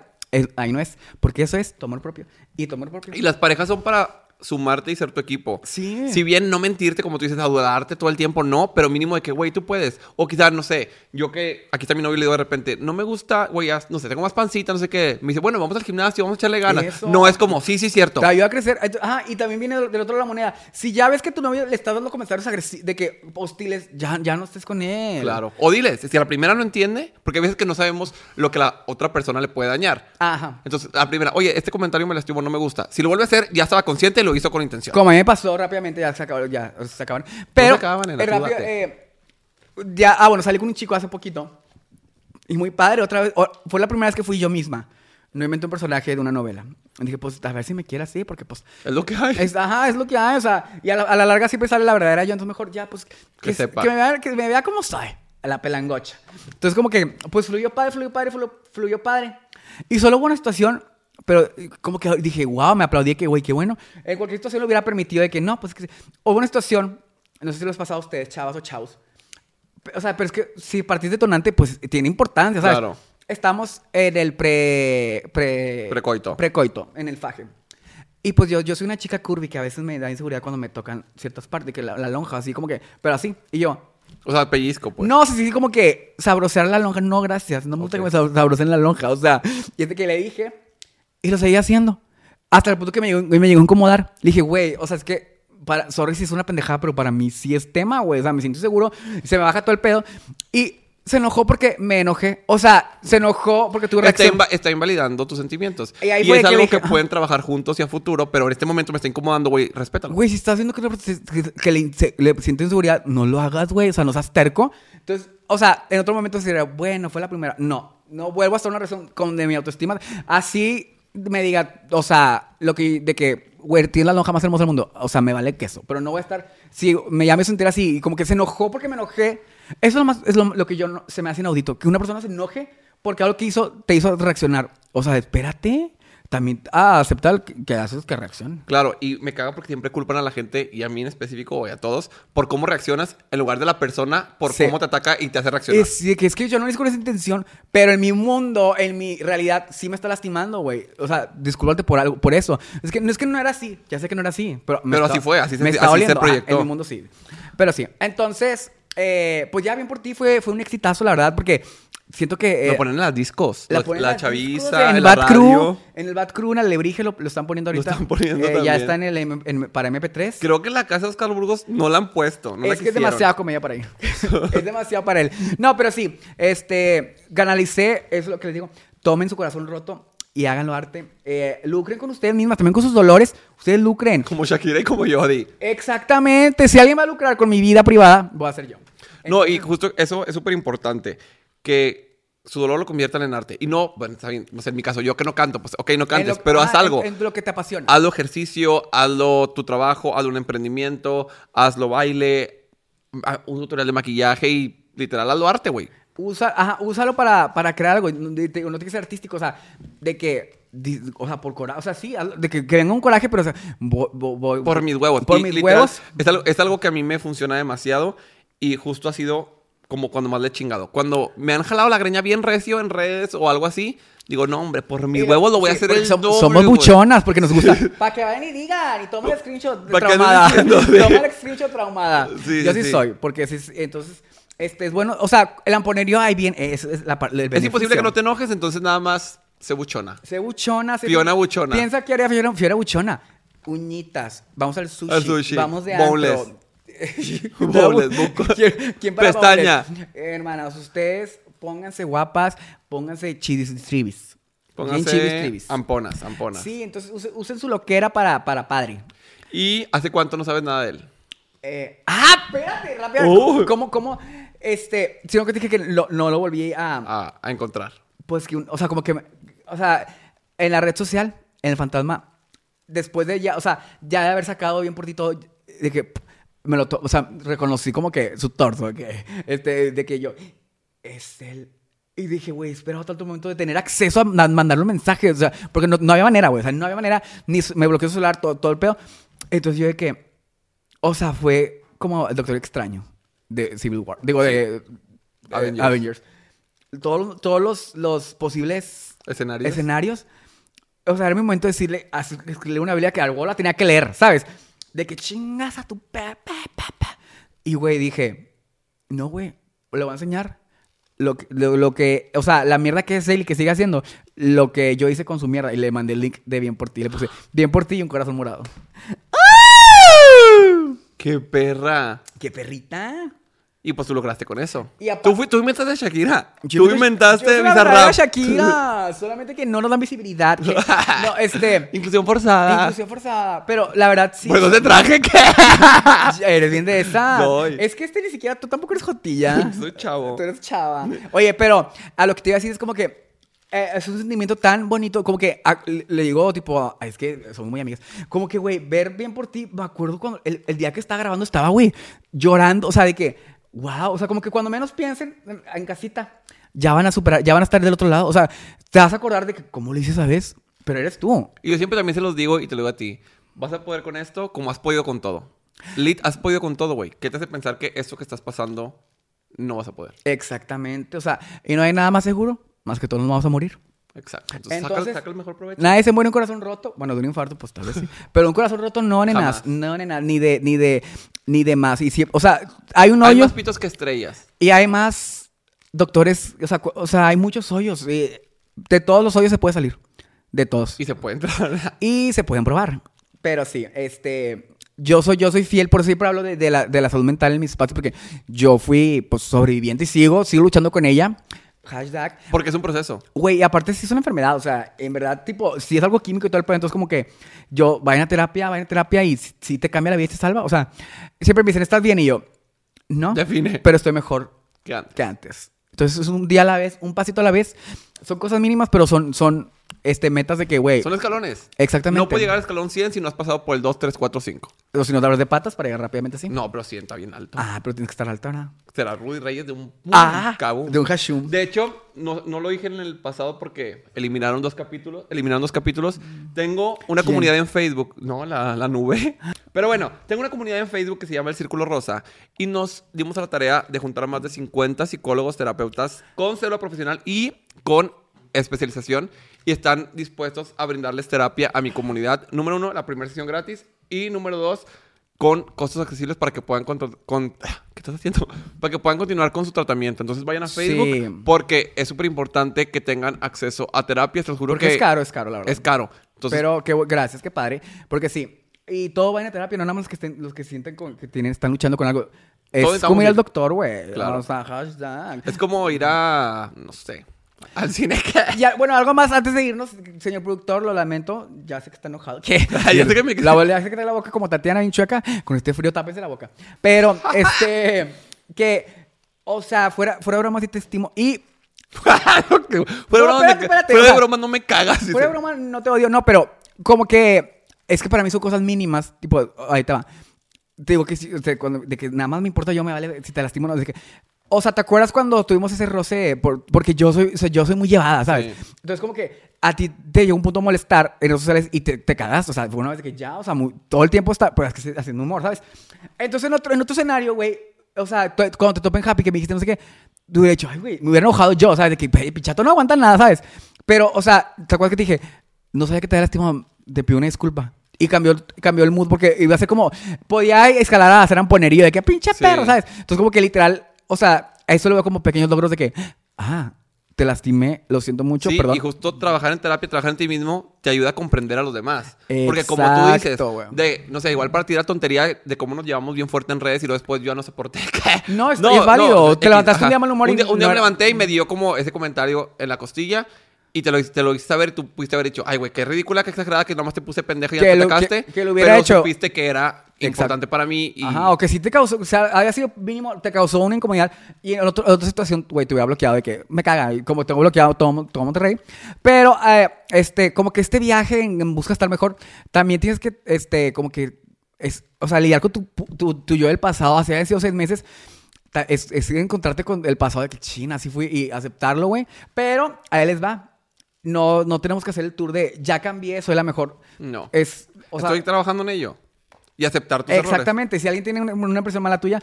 [SPEAKER 2] ahí no es. Porque eso es tomar propio. Y tomar propio.
[SPEAKER 1] Y las parejas son para sumarte y ser tu equipo.
[SPEAKER 2] Sí.
[SPEAKER 1] Si bien no mentirte, como tú dices, adularte todo el tiempo, no, pero mínimo de que, güey, tú puedes. O quizás, no sé, yo que aquí está mi novio y le digo de repente, no me gusta, güey, haz- no sé, tengo más pancita, no sé qué. Me dice, bueno, vamos al gimnasio, vamos a echarle ganas.
[SPEAKER 2] Eso.
[SPEAKER 1] No es como, sí, sí, cierto.
[SPEAKER 2] Te ayuda a crecer. Ah, y también viene del del otro lado de la moneda. Si ya ves que tu novio le está dando comentarios agresivos, de que hostiles, ya, ya no estés con él.
[SPEAKER 1] Claro. O diles, si a la primera no entiende, porque a veces que no sabemos lo que la otra persona le puede dañar.
[SPEAKER 2] Ajá.
[SPEAKER 1] Entonces, a la primera, oye, este comentario me lastimó, no me gusta. Si lo vuelve a hacer, ya estaba consciente y lo hizo con intención.
[SPEAKER 2] Como a mí me pasó rápidamente, ya se acabaron, ya o sea, se acabaron. Pero,
[SPEAKER 1] se acaban, nena,
[SPEAKER 2] eh, rápido,
[SPEAKER 1] dúdate.
[SPEAKER 2] eh, ya, ah, bueno, salí con un chico hace poquito. Y muy padre, otra vez, o- fue la primera vez que fui yo misma. No inventé un personaje de una novela. Y dije, pues, a ver si me quiere así, porque pues...
[SPEAKER 1] Es lo que hay.
[SPEAKER 2] Es, ajá, es lo que hay, o sea, y a la, a la larga siempre sale la verdadera yo, entonces mejor ya, pues, que,
[SPEAKER 1] Que
[SPEAKER 2] s-
[SPEAKER 1] sepa.
[SPEAKER 2] que me vea, que me vea como soy, a la pelangocha. Entonces como que, pues fluyó padre, fluyó padre, fluyó, fluyó padre. Y solo hubo una situación, pero eh, como que dije, wow, me aplaudí, que güey, qué bueno. En cualquier situación lo hubiera permitido de que no, pues, que, hubo una situación, no sé si lo has pasado a ustedes, chavas o chavos, pe- o sea, pero es que si partís detonante, pues tiene importancia, ¿sabes?
[SPEAKER 1] Claro.
[SPEAKER 2] Estamos en el pre, pre...
[SPEAKER 1] Precoito.
[SPEAKER 2] Eh, Precoito, en el faje. Y pues yo, yo soy una chica curvy que a veces me da inseguridad cuando me tocan ciertas partes, que la, la lonja, así como que, pero así. Y yo,
[SPEAKER 1] O sea, pellizco, pues.
[SPEAKER 2] no, sí, sí, como que sabrosear la lonja, no, gracias. No me gusta
[SPEAKER 1] Ok.
[SPEAKER 2] que me sab- sabroseen la lonja, o sea, y es de que le dije, y lo seguía haciendo. Hasta el punto que me llegó, me llegó a incomodar. Le dije, güey, o sea, es que, para, sorry si es una pendejada, pero para mí sí es tema, güey, o sea, me siento seguro, se me baja todo el pedo. Y se enojó porque me enojé, o sea, se enojó porque tuve
[SPEAKER 1] Está,
[SPEAKER 2] reacción.
[SPEAKER 1] inva- está invalidando tus sentimientos.
[SPEAKER 2] Y ahí
[SPEAKER 1] Y,
[SPEAKER 2] fue
[SPEAKER 1] es
[SPEAKER 2] que
[SPEAKER 1] algo
[SPEAKER 2] dije,
[SPEAKER 1] que
[SPEAKER 2] "Ah".
[SPEAKER 1] pueden trabajar juntos y a futuro, pero en este momento me está incomodando, güey. Respétalo.
[SPEAKER 2] Güey, si estás viendo que, otra persona se- que- que le, in- se- le siente inseguridad, no lo hagas, güey. O sea, no seas terco. Entonces, o sea, en otro momento sería, bueno, fue la primera. No, no vuelvo a estar en una razón con de mi autoestima. Así me diga, o sea, lo que, de que, güey, tienes la lonja más hermosa del mundo. O sea, me vale queso. Pero no voy a estar, si me llame a sentir así, y como que se enojó porque me enojé. Eso es lo, más, es lo, lo que yo, no- se me hace inaudito. Que una persona se enoje porque algo que hizo, te hizo reaccionar. O sea, espérate. También, ah, aceptar que, que haces que reaccione.
[SPEAKER 1] Claro, y me caga porque siempre culpan a la gente, y a mí en específico, y a todos, por cómo reaccionas en lugar de la persona, por
[SPEAKER 2] Sí.
[SPEAKER 1] cómo te ataca y te hace reaccionar.
[SPEAKER 2] Es, sí, que es que yo no lo hice con esa intención, pero en mi mundo, en mi realidad, sí me está lastimando, güey. O sea, discúlpate por algo, por eso. Es que no es que no era así, ya sé que no era así, pero... me
[SPEAKER 1] Pero
[SPEAKER 2] está-
[SPEAKER 1] así fue, así se-
[SPEAKER 2] me está
[SPEAKER 1] así se
[SPEAKER 2] doliendo. Ah,
[SPEAKER 1] proyectó.
[SPEAKER 2] en mi mundo sí. Pero sí, entonces, eh, pues ya bien por ti, fue, fue un exitazo, la verdad, porque siento que... eh,
[SPEAKER 1] lo ponen en las discos.
[SPEAKER 2] la
[SPEAKER 1] La,
[SPEAKER 2] ponen
[SPEAKER 1] la
[SPEAKER 2] en las discos,
[SPEAKER 1] chaviza, en, la radio.
[SPEAKER 2] Bad Crew, en el Bad Crew, en Alebrije lo, lo están poniendo
[SPEAKER 1] Lo
[SPEAKER 2] ahorita. Eh,
[SPEAKER 1] están poniendo
[SPEAKER 2] Ya
[SPEAKER 1] también.
[SPEAKER 2] está en el M- en- para MP3
[SPEAKER 1] Creo que en la casa de Oscar Burgos no la han puesto. no la
[SPEAKER 2] es que es
[SPEAKER 1] quisieron.
[SPEAKER 2] demasiada comedia para él. es demasiado para él. No, pero sí, este, canalicé, es lo que les digo, tomen su corazón roto y háganlo arte. Eh, lucren con ustedes mismas, también con sus dolores, ustedes lucren.
[SPEAKER 1] Como Shakira y como Yodi.
[SPEAKER 2] Exactamente, si alguien va a lucrar con mi vida privada, voy a ser yo.
[SPEAKER 1] No, y justo eso es súper importante. Que su dolor lo conviertan en arte. Y no, bueno, está bien, no sé, en mi caso, yo que no canto, pues, ok, no cantes,
[SPEAKER 2] En lo-
[SPEAKER 1] pero
[SPEAKER 2] ah,
[SPEAKER 1] haz algo. Ah.
[SPEAKER 2] En, en lo que te apasiona.
[SPEAKER 1] Hazlo ejercicio, hazlo tu trabajo, hazlo un emprendimiento, hazlo baile, ah, un tutorial de maquillaje y literal hazlo arte, güey.
[SPEAKER 2] Usa, ajá, úsalo para, para crear algo. No, de- te- no tiene que ser artístico, o sea, de que. di- O sea, por coraje. O sea, sí, hazlo- de que, que venga un coraje, pero o sea, vo- vo- vo-
[SPEAKER 1] Por mis huevos.
[SPEAKER 2] Por
[SPEAKER 1] Y
[SPEAKER 2] mis
[SPEAKER 1] literal,
[SPEAKER 2] huevos.
[SPEAKER 1] Es algo, es algo que a mí me funciona demasiado y justo ha sido como cuando más le he chingado. Cuando me han jalado la greña bien recio en redes o algo así, digo, no, hombre, por mis
[SPEAKER 3] Mira,
[SPEAKER 1] huevos lo voy a
[SPEAKER 3] sí,
[SPEAKER 1] hacer
[SPEAKER 3] porque
[SPEAKER 1] el
[SPEAKER 2] Som-
[SPEAKER 1] doble, güey.
[SPEAKER 2] somos buchonas porque nos gusta.
[SPEAKER 3] Para que vayan y digan y tomen el screenshot
[SPEAKER 1] Pa' que anden
[SPEAKER 3] traumada.
[SPEAKER 1] diciendo de-
[SPEAKER 3] Toma el screenshot traumada.
[SPEAKER 1] Sí,
[SPEAKER 2] Yo
[SPEAKER 1] sí,
[SPEAKER 2] sí,
[SPEAKER 1] sí.
[SPEAKER 2] soy, porque sí, sí, entonces, este es bueno. O sea, el amponerio ahí bien, es, es la par- el
[SPEAKER 1] Es imposible que
[SPEAKER 2] beneficio.
[SPEAKER 1] no te enojes, entonces nada más se buchona.
[SPEAKER 2] Sé buchona. sé-
[SPEAKER 1] Fiona buchona.
[SPEAKER 2] Piensa que haría Fiona, Fiona buchona. Uñitas. Vamos al sushi.
[SPEAKER 1] Al sushi.
[SPEAKER 2] Vamos de
[SPEAKER 1] Boneless.
[SPEAKER 2] antro.
[SPEAKER 1] Boneless, buco.
[SPEAKER 2] ¿Quién, quién para
[SPEAKER 1] Pestaña.
[SPEAKER 2] boneless? Eh, hermanas, ustedes pónganse guapas, pónganse chidis tribis. Bien
[SPEAKER 1] Pónganse
[SPEAKER 2] tribis.
[SPEAKER 1] amponas, amponas.
[SPEAKER 2] Sí, entonces use- usen su loquera para, para padre.
[SPEAKER 1] ¿Y hace cuánto no sabes nada de él?
[SPEAKER 2] Eh, ah, espérate, rápido.
[SPEAKER 1] Oh.
[SPEAKER 2] ¿Cómo, cómo? Este, sino que dije que lo- no lo volví a,
[SPEAKER 1] A, a encontrar.
[SPEAKER 2] Pues que, un- o sea, como que, me- o sea, en la red social, en el fantasma, después de ya, o sea, ya de haber sacado bien por ti todo, de que p- me lo, to- o sea, reconocí como que su torso, que, este, de que yo, es él. Y dije, güey, esperaba tanto momento de tener acceso a ma- mandarle un mensaje, o sea, porque no, no había manera, güey, o sea, no había manera, ni su- me bloqueó su celular, todo, todo el pedo. Entonces yo de que, o sea, fue como el Doctor Extraño de Civil War, digo, de, de
[SPEAKER 1] Avengers.
[SPEAKER 2] Avengers todos, todos los, los posibles
[SPEAKER 1] Escenarios.
[SPEAKER 2] escenarios. O sea, era mi momento de decirle, a- escribirle una Biblia que algo la tenía que leer, ¿sabes? De que chingas a tu pa, pa, pa, pa. Y, güey, dije, no, güey, le voy a enseñar lo que, lo, lo que, o sea, la mierda que es él y que sigue haciendo, lo que yo hice con su mierda. Y le mandé el link de Bien por ti. Le puse Bien por ti y un corazón morado.
[SPEAKER 1] ¡Qué perra!
[SPEAKER 2] ¡Qué perrita!
[SPEAKER 1] Y pues tú lograste con eso.
[SPEAKER 2] Y apa-
[SPEAKER 1] tú, fui- tú inventaste a Shakira.
[SPEAKER 2] Yo
[SPEAKER 1] tú
[SPEAKER 2] no-
[SPEAKER 1] inventaste
[SPEAKER 2] yo soy la
[SPEAKER 1] Bizarrap.
[SPEAKER 2] verdadera Shakira, solamente que no nos dan visibilidad. que- no, este.
[SPEAKER 1] Inclusión forzada.
[SPEAKER 2] Inclusión forzada. Pero la verdad sí.
[SPEAKER 1] Bueno, te traje qué?
[SPEAKER 2] Ya eres bien de esa.
[SPEAKER 1] Doy.
[SPEAKER 2] Es que este ni siquiera, tú tampoco eres jotilla.
[SPEAKER 1] Soy chavo.
[SPEAKER 2] Tú eres chava. Oye, pero a lo que te iba a decir es como que eh, es un sentimiento tan bonito, como que a- le le digo tipo, "Ay, es que son muy amigas, como que, güey, ver bien por ti, me acuerdo cuando el, el día que estaba grabando estaba, güey, llorando, o sea, de que, wow, o sea, como que cuando menos piensen en, en casita, ya van a superar, ya van a estar del otro lado, o sea, te vas a acordar de que, ¿cómo lo hice esa vez? Pero eres tú.
[SPEAKER 1] Y yo siempre también se los digo y te lo digo a ti. Vas a poder con esto como has podido con todo. Lit, has podido con todo, güey. ¿Qué te hace pensar que esto que estás pasando no vas a poder?
[SPEAKER 2] Exactamente, o sea, y no hay nada más seguro, más que todos nos vamos a morir.
[SPEAKER 1] Exacto. Entonces, saca-
[SPEAKER 2] Entonces-
[SPEAKER 1] saca, el mejor provecho.
[SPEAKER 2] Nadie se muere un corazón roto. Bueno, de un infarto, pues tal vez sí. Pero un corazón roto no, nenas.
[SPEAKER 1] Jamás.
[SPEAKER 2] No, nenas. Ni de, ni de, ni de más. Y si- o sea, hay un
[SPEAKER 1] Hay
[SPEAKER 2] hoyo
[SPEAKER 1] más pitos que estrellas.
[SPEAKER 2] y hay más doctores. O sea, cu- o sea, hay muchos hoyos. y de todos los hoyos se puede salir. De todos.
[SPEAKER 1] Y se puede entrar.
[SPEAKER 2] Y se pueden probar. Pero sí, este. Yo soy, yo soy fiel, por eso siempre hablo de, de la, de la salud mental en mis espacios, porque yo fui pues, sobreviviente y sigo, sigo luchando con ella. Hashtag.
[SPEAKER 1] Porque es un proceso.
[SPEAKER 2] Güey, y aparte sí es una enfermedad, o sea, en verdad, tipo, si es algo químico y todo el pedo, entonces como que yo, vayan a terapia, vayan a terapia y si, si te cambia la vida y te salva, o sea, siempre me dicen, ¿estás bien? Y yo, no,
[SPEAKER 1] Define.
[SPEAKER 2] pero estoy mejor
[SPEAKER 1] ¿Qué antes?
[SPEAKER 2] que antes. Entonces es un día a la vez, un pasito a la vez, son cosas mínimas, pero son, son, este, metas de que, güey,
[SPEAKER 1] Son escalones.
[SPEAKER 2] exactamente.
[SPEAKER 1] No puede llegar al escalón 100 si no has pasado por el 2, 3, 4, 5.
[SPEAKER 2] O si no te abres de patas para llegar rápidamente así.
[SPEAKER 1] No, pero 100 está bien alto.
[SPEAKER 2] Ah, pero tienes que estar alta, ¿no?
[SPEAKER 1] Será Rudy Reyes de un
[SPEAKER 2] Ah,
[SPEAKER 1] cabo.
[SPEAKER 2] de un hashum.
[SPEAKER 1] De hecho, no, no lo dije en el pasado porque eliminaron dos capítulos. Eliminaron dos capítulos. Tengo una
[SPEAKER 2] Mm. ¿Quién?
[SPEAKER 1] comunidad en Facebook. No, la, la nube. Pero bueno, tengo una comunidad en Facebook que se llama El Círculo Rosa. Y nos dimos a la tarea de juntar a más de 50 psicólogos, terapeutas con celo profesional y con especialización. Y están dispuestos a brindarles terapia a mi comunidad. Número uno, la primera sesión gratis. Y número dos, con costos accesibles para que puedan contra- con- ah, ¿Qué estás haciendo? Para que puedan continuar con su tratamiento. Entonces vayan a Facebook
[SPEAKER 2] Sí.
[SPEAKER 1] porque es súper importante que tengan acceso a terapias. Te lo juro
[SPEAKER 2] Porque
[SPEAKER 1] que
[SPEAKER 2] es caro, es caro, la verdad.
[SPEAKER 1] es caro. Entonces,
[SPEAKER 2] pero que, bu- gracias, qué padre. Porque sí, y todo va en terapia, no nada más los que, estén, los que sienten con- que tienen, están luchando con algo. Es
[SPEAKER 1] estamos
[SPEAKER 2] como ir al
[SPEAKER 1] bien.
[SPEAKER 2] doctor, güey.
[SPEAKER 1] Claro.
[SPEAKER 2] O sea, hashtag.
[SPEAKER 1] es como ir a, no sé, al cine.
[SPEAKER 2] Y al- bueno, algo más antes de irnos, señor productor, lo lamento. Ya sé que está enojado. ¿Qué?
[SPEAKER 1] Ah, Ya sé que me-
[SPEAKER 2] La bolea que trae la boca como Tatiana bien chueca. Con este frío, tápese la boca. Pero, este, que, o sea, fuera, fuera de broma, sí te estimo. Y
[SPEAKER 1] Claro que- fuera de broma,
[SPEAKER 2] No,
[SPEAKER 1] me
[SPEAKER 2] espérate,
[SPEAKER 1] ca-
[SPEAKER 2] espérate,
[SPEAKER 1] fuera
[SPEAKER 2] o
[SPEAKER 1] de
[SPEAKER 2] sea,
[SPEAKER 1] broma, no me cagas.
[SPEAKER 2] Fuera de broma, no te odio, no, pero como que es que para mí son cosas mínimas, tipo, ahí te va. Te digo que, sí, o sea, cuando- de que nada más me importa yo, me vale si te lastimo o no. de que- o sea, ¿te acuerdas cuando tuvimos ese roce? Por- porque yo soy, o sea, yo soy muy llevada, ¿sabes?
[SPEAKER 1] Sí.
[SPEAKER 2] Entonces, como que a ti te llegó un punto a molestar en redes sociales y te, te cagaste. O sea, fue una vez que ya, o sea, muy- todo el tiempo está, pues, es que haciendo humor, ¿sabes? Entonces, en otro, en otro escenario, güey, o sea, tu- cuando te topen Happy, que me dijiste no sé qué, te hubiera dicho, ay, güey, me hubiera enojado yo, ¿sabes? De que, "Ey, pichato, no aguantan nada, ¿sabes? Pero, o sea, ¿te acuerdas que te dije, no sabía que te había lastimado, te pido una disculpa? Y cambió, cambió el mood porque iba a ser como, podía escalar a hacer amponería de que pinche
[SPEAKER 1] Sí.
[SPEAKER 2] perro, ¿sabes? Entonces, como que literal, o sea, a eso lo veo como pequeños logros de que, ah, te lastimé, lo siento mucho,
[SPEAKER 1] Sí,
[SPEAKER 2] perdón.
[SPEAKER 1] y justo trabajar en terapia, trabajar en ti mismo, te ayuda a comprender a los demás. Porque como tú dices,
[SPEAKER 2] Exacto, güey.
[SPEAKER 1] de, no sé, igual para tirar tontería de cómo nos llevamos bien fuerte en redes y luego después yo ya no soporté. ¿qué?
[SPEAKER 2] No, es- es válido. Te levantaste un día mal humor y
[SPEAKER 1] Un día, un día
[SPEAKER 2] no
[SPEAKER 1] me
[SPEAKER 2] era-
[SPEAKER 1] levanté y me dio como ese comentario en la costilla y te lo, te lo hiciste saber y tú pudiste haber dicho, ay, güey, qué ridícula, qué exagerada, que nomás te puse pendeja y ya
[SPEAKER 2] Que
[SPEAKER 1] te
[SPEAKER 2] lo-
[SPEAKER 1] atacaste.
[SPEAKER 2] que- que lo hubiera
[SPEAKER 1] pero
[SPEAKER 2] hecho.
[SPEAKER 1] supiste que era importante para mí y...
[SPEAKER 2] Ajá, o que sí te causó, o sea, había sido mínimo, te causó una incomodidad. Y en otro- otra situación, güey, te hubiera bloqueado de que me caga, y como tengo bloqueado todo, Mon- todo Monterrey. Pero, eh, este, como que este viaje en, en busca de estar mejor, también tienes que, este, como que, es, o sea, lidiar con tu, pu- tu, tu yo del pasado, hace sido seis meses, ta- es, es encontrarte con el pasado de que china, así fui, y aceptarlo, güey. Pero, a él les va. No, no tenemos que hacer el tour de ya cambié, soy la mejor.
[SPEAKER 1] No.
[SPEAKER 2] Es, Eh, o sea,
[SPEAKER 1] Estoy trabajando en ello. Y aceptar tus errores.
[SPEAKER 2] Exactamente. Si alguien tiene una, una impresión mala tuya,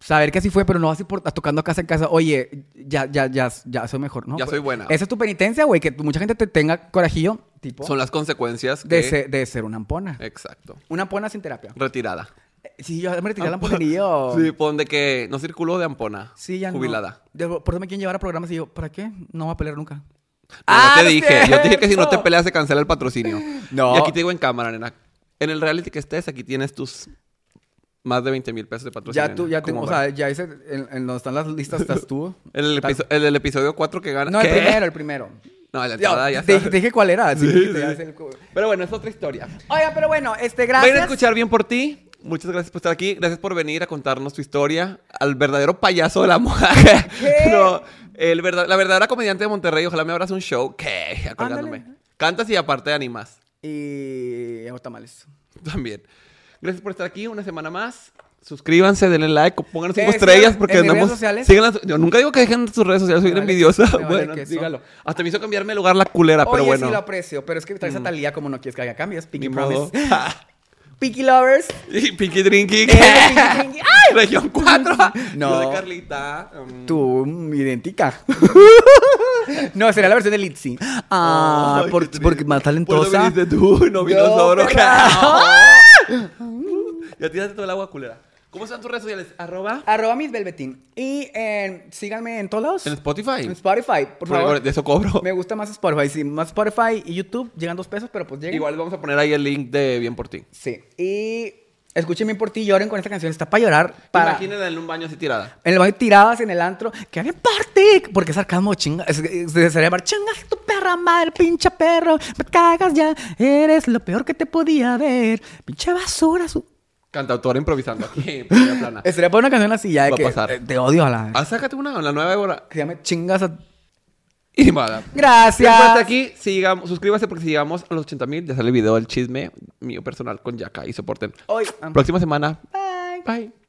[SPEAKER 2] saber que así fue, pero no vas a ir por- tocando casa en casa. Oye, ya, ya, ya, ya soy mejor, ¿no?
[SPEAKER 1] Ya soy buena.
[SPEAKER 2] Esa es tu penitencia, güey, que mucha gente te tenga corajillo, tipo,
[SPEAKER 1] Son las consecuencias que... Eh.
[SPEAKER 2] de, ser, de ser una ampona.
[SPEAKER 1] Exacto.
[SPEAKER 2] Una ampona sin terapia.
[SPEAKER 1] Retirada.
[SPEAKER 2] Eh, Sí, yo me retiré la amponería.
[SPEAKER 1] Ah, Sí, pon de que no circuló de Ampona.
[SPEAKER 2] Oh. Sí, ya no.
[SPEAKER 1] Jubilada.
[SPEAKER 2] Yo- por eso me quieren llevar a programas y yo, ¿para qué? No va a pelear nunca.
[SPEAKER 1] No, no te
[SPEAKER 2] ¡Ah,
[SPEAKER 1] dije. Yo te dije que si no te
[SPEAKER 2] cierto!
[SPEAKER 1] peleas se cancela el patrocinio.
[SPEAKER 2] No.
[SPEAKER 1] Y aquí te digo en cámara, nena. En el reality que estés, aquí tienes tus más de 20 mil pesos de patrocinio.
[SPEAKER 2] Ya tú,
[SPEAKER 1] nena.
[SPEAKER 2] ya tengo,
[SPEAKER 1] Pues ¿Cómo
[SPEAKER 2] o
[SPEAKER 1] va?
[SPEAKER 2] sea, ya hice, en, en donde están las listas estás tú.
[SPEAKER 1] el, el
[SPEAKER 2] Estás-
[SPEAKER 1] episo- el- el episodio 4 que gana.
[SPEAKER 2] No, el
[SPEAKER 1] ¿Qué?
[SPEAKER 2] primero, el primero.
[SPEAKER 1] No, la entrada
[SPEAKER 2] Yo,
[SPEAKER 1] ya
[SPEAKER 2] te,
[SPEAKER 1] está.
[SPEAKER 2] te dije cuál era. sí,
[SPEAKER 1] Sí,
[SPEAKER 2] te
[SPEAKER 1] sí.
[SPEAKER 2] hace el-
[SPEAKER 3] Pero bueno, es otra historia.
[SPEAKER 2] Oiga, pero bueno, este, gracias.
[SPEAKER 1] Vayan a escuchar bien por ti. Muchas gracias por estar aquí. Gracias por venir a contarnos tu historia al verdadero payaso de la moja.
[SPEAKER 2] ¿Qué?
[SPEAKER 1] No, el verdad, la verdadera comediante de Monterrey. Ojalá me abras un show. ¿Qué? Acordándome.
[SPEAKER 2] Ándale.
[SPEAKER 1] Cantas y aparte animas.
[SPEAKER 2] Y hago tamales.
[SPEAKER 1] También. Gracias por estar aquí una semana más. Suscríbanse, denle like, pónganos
[SPEAKER 2] ¿Qué
[SPEAKER 1] cinco
[SPEAKER 2] decían
[SPEAKER 1] estrellas porque
[SPEAKER 2] Eh, en mis
[SPEAKER 1] andamos.
[SPEAKER 2] redes sociales?
[SPEAKER 1] síganlas- yo nunca digo que dejen sus redes sociales, soy bien
[SPEAKER 2] vale-
[SPEAKER 1] envidiosa.
[SPEAKER 2] me vale
[SPEAKER 1] bueno,
[SPEAKER 2] queso.
[SPEAKER 1] dígalo. Hasta me hizo cambiarme de lugar la culera, Ah, pero
[SPEAKER 2] Oye,
[SPEAKER 1] bueno. Mm.
[SPEAKER 2] sí lo aprecio, pero es que traes a Talía como no quieres que haga cambios. Pinky
[SPEAKER 1] ni modo.
[SPEAKER 2] Promise. Pinky Lovers.
[SPEAKER 1] y Pinky Drinky.
[SPEAKER 2] Eh, Pinky Drinky.
[SPEAKER 1] ¡Ay! Región 4.
[SPEAKER 2] No.
[SPEAKER 1] Yo de Carlita. mm.
[SPEAKER 2] Tú, mm, idéntica. no, sería la versión de Litzy. Ah,
[SPEAKER 1] Ay,
[SPEAKER 2] por-
[SPEAKER 1] qué
[SPEAKER 2] porque más
[SPEAKER 1] triste.
[SPEAKER 2] talentosa.
[SPEAKER 1] Por eso viniste tú, no vino
[SPEAKER 2] No,
[SPEAKER 1] Zoro.
[SPEAKER 2] perra.
[SPEAKER 1] Ya tiraste todo el agua culera. ¿Cómo están tus redes sociales? Arroba.
[SPEAKER 2] Arroba mis Velvetín. Y en- síganme en todos lados.
[SPEAKER 1] En Spotify.
[SPEAKER 2] En Spotify,
[SPEAKER 1] Por-
[SPEAKER 2] por favor.
[SPEAKER 1] De eso cobro.
[SPEAKER 2] Me gusta más Spotify. Sí, más Spotify y YouTube llegan dos pesos, pero pues llegan.
[SPEAKER 1] Igual vamos a poner ahí el link de Bien por ti.
[SPEAKER 2] Sí. Y escuchen bien por ti, lloren con esta canción. Está para llorar. Para...
[SPEAKER 1] Imagínenla en un baño así tirada.
[SPEAKER 2] En el baño tiradas en el antro, que había parte, porque es sarcasmo, chinga, es- es- se debería llamar, chingas tu perra madre, pinche perro, me cagas ya, eres lo peor que te podía ver, pinche basura. Su...
[SPEAKER 1] Cantautora improvisando aquí, en primera plana.
[SPEAKER 2] Estaría para una canción así ya, de
[SPEAKER 1] Ah. Va a
[SPEAKER 2] que
[SPEAKER 1] pasar.
[SPEAKER 2] eh, te odio a la...
[SPEAKER 1] Ah, sácate una, la nueva Débora.
[SPEAKER 2] que se llame chingas a...
[SPEAKER 1] Y nada.
[SPEAKER 2] Gracias.
[SPEAKER 1] Gracias por estar aquí. Sigamos, suscríbase porque si llegamos a los 80 mil, ya sale el video del chisme mío personal con Yaka y soporten.
[SPEAKER 2] Hoy, ah.
[SPEAKER 1] Próxima semana.
[SPEAKER 2] bye.
[SPEAKER 1] Bye.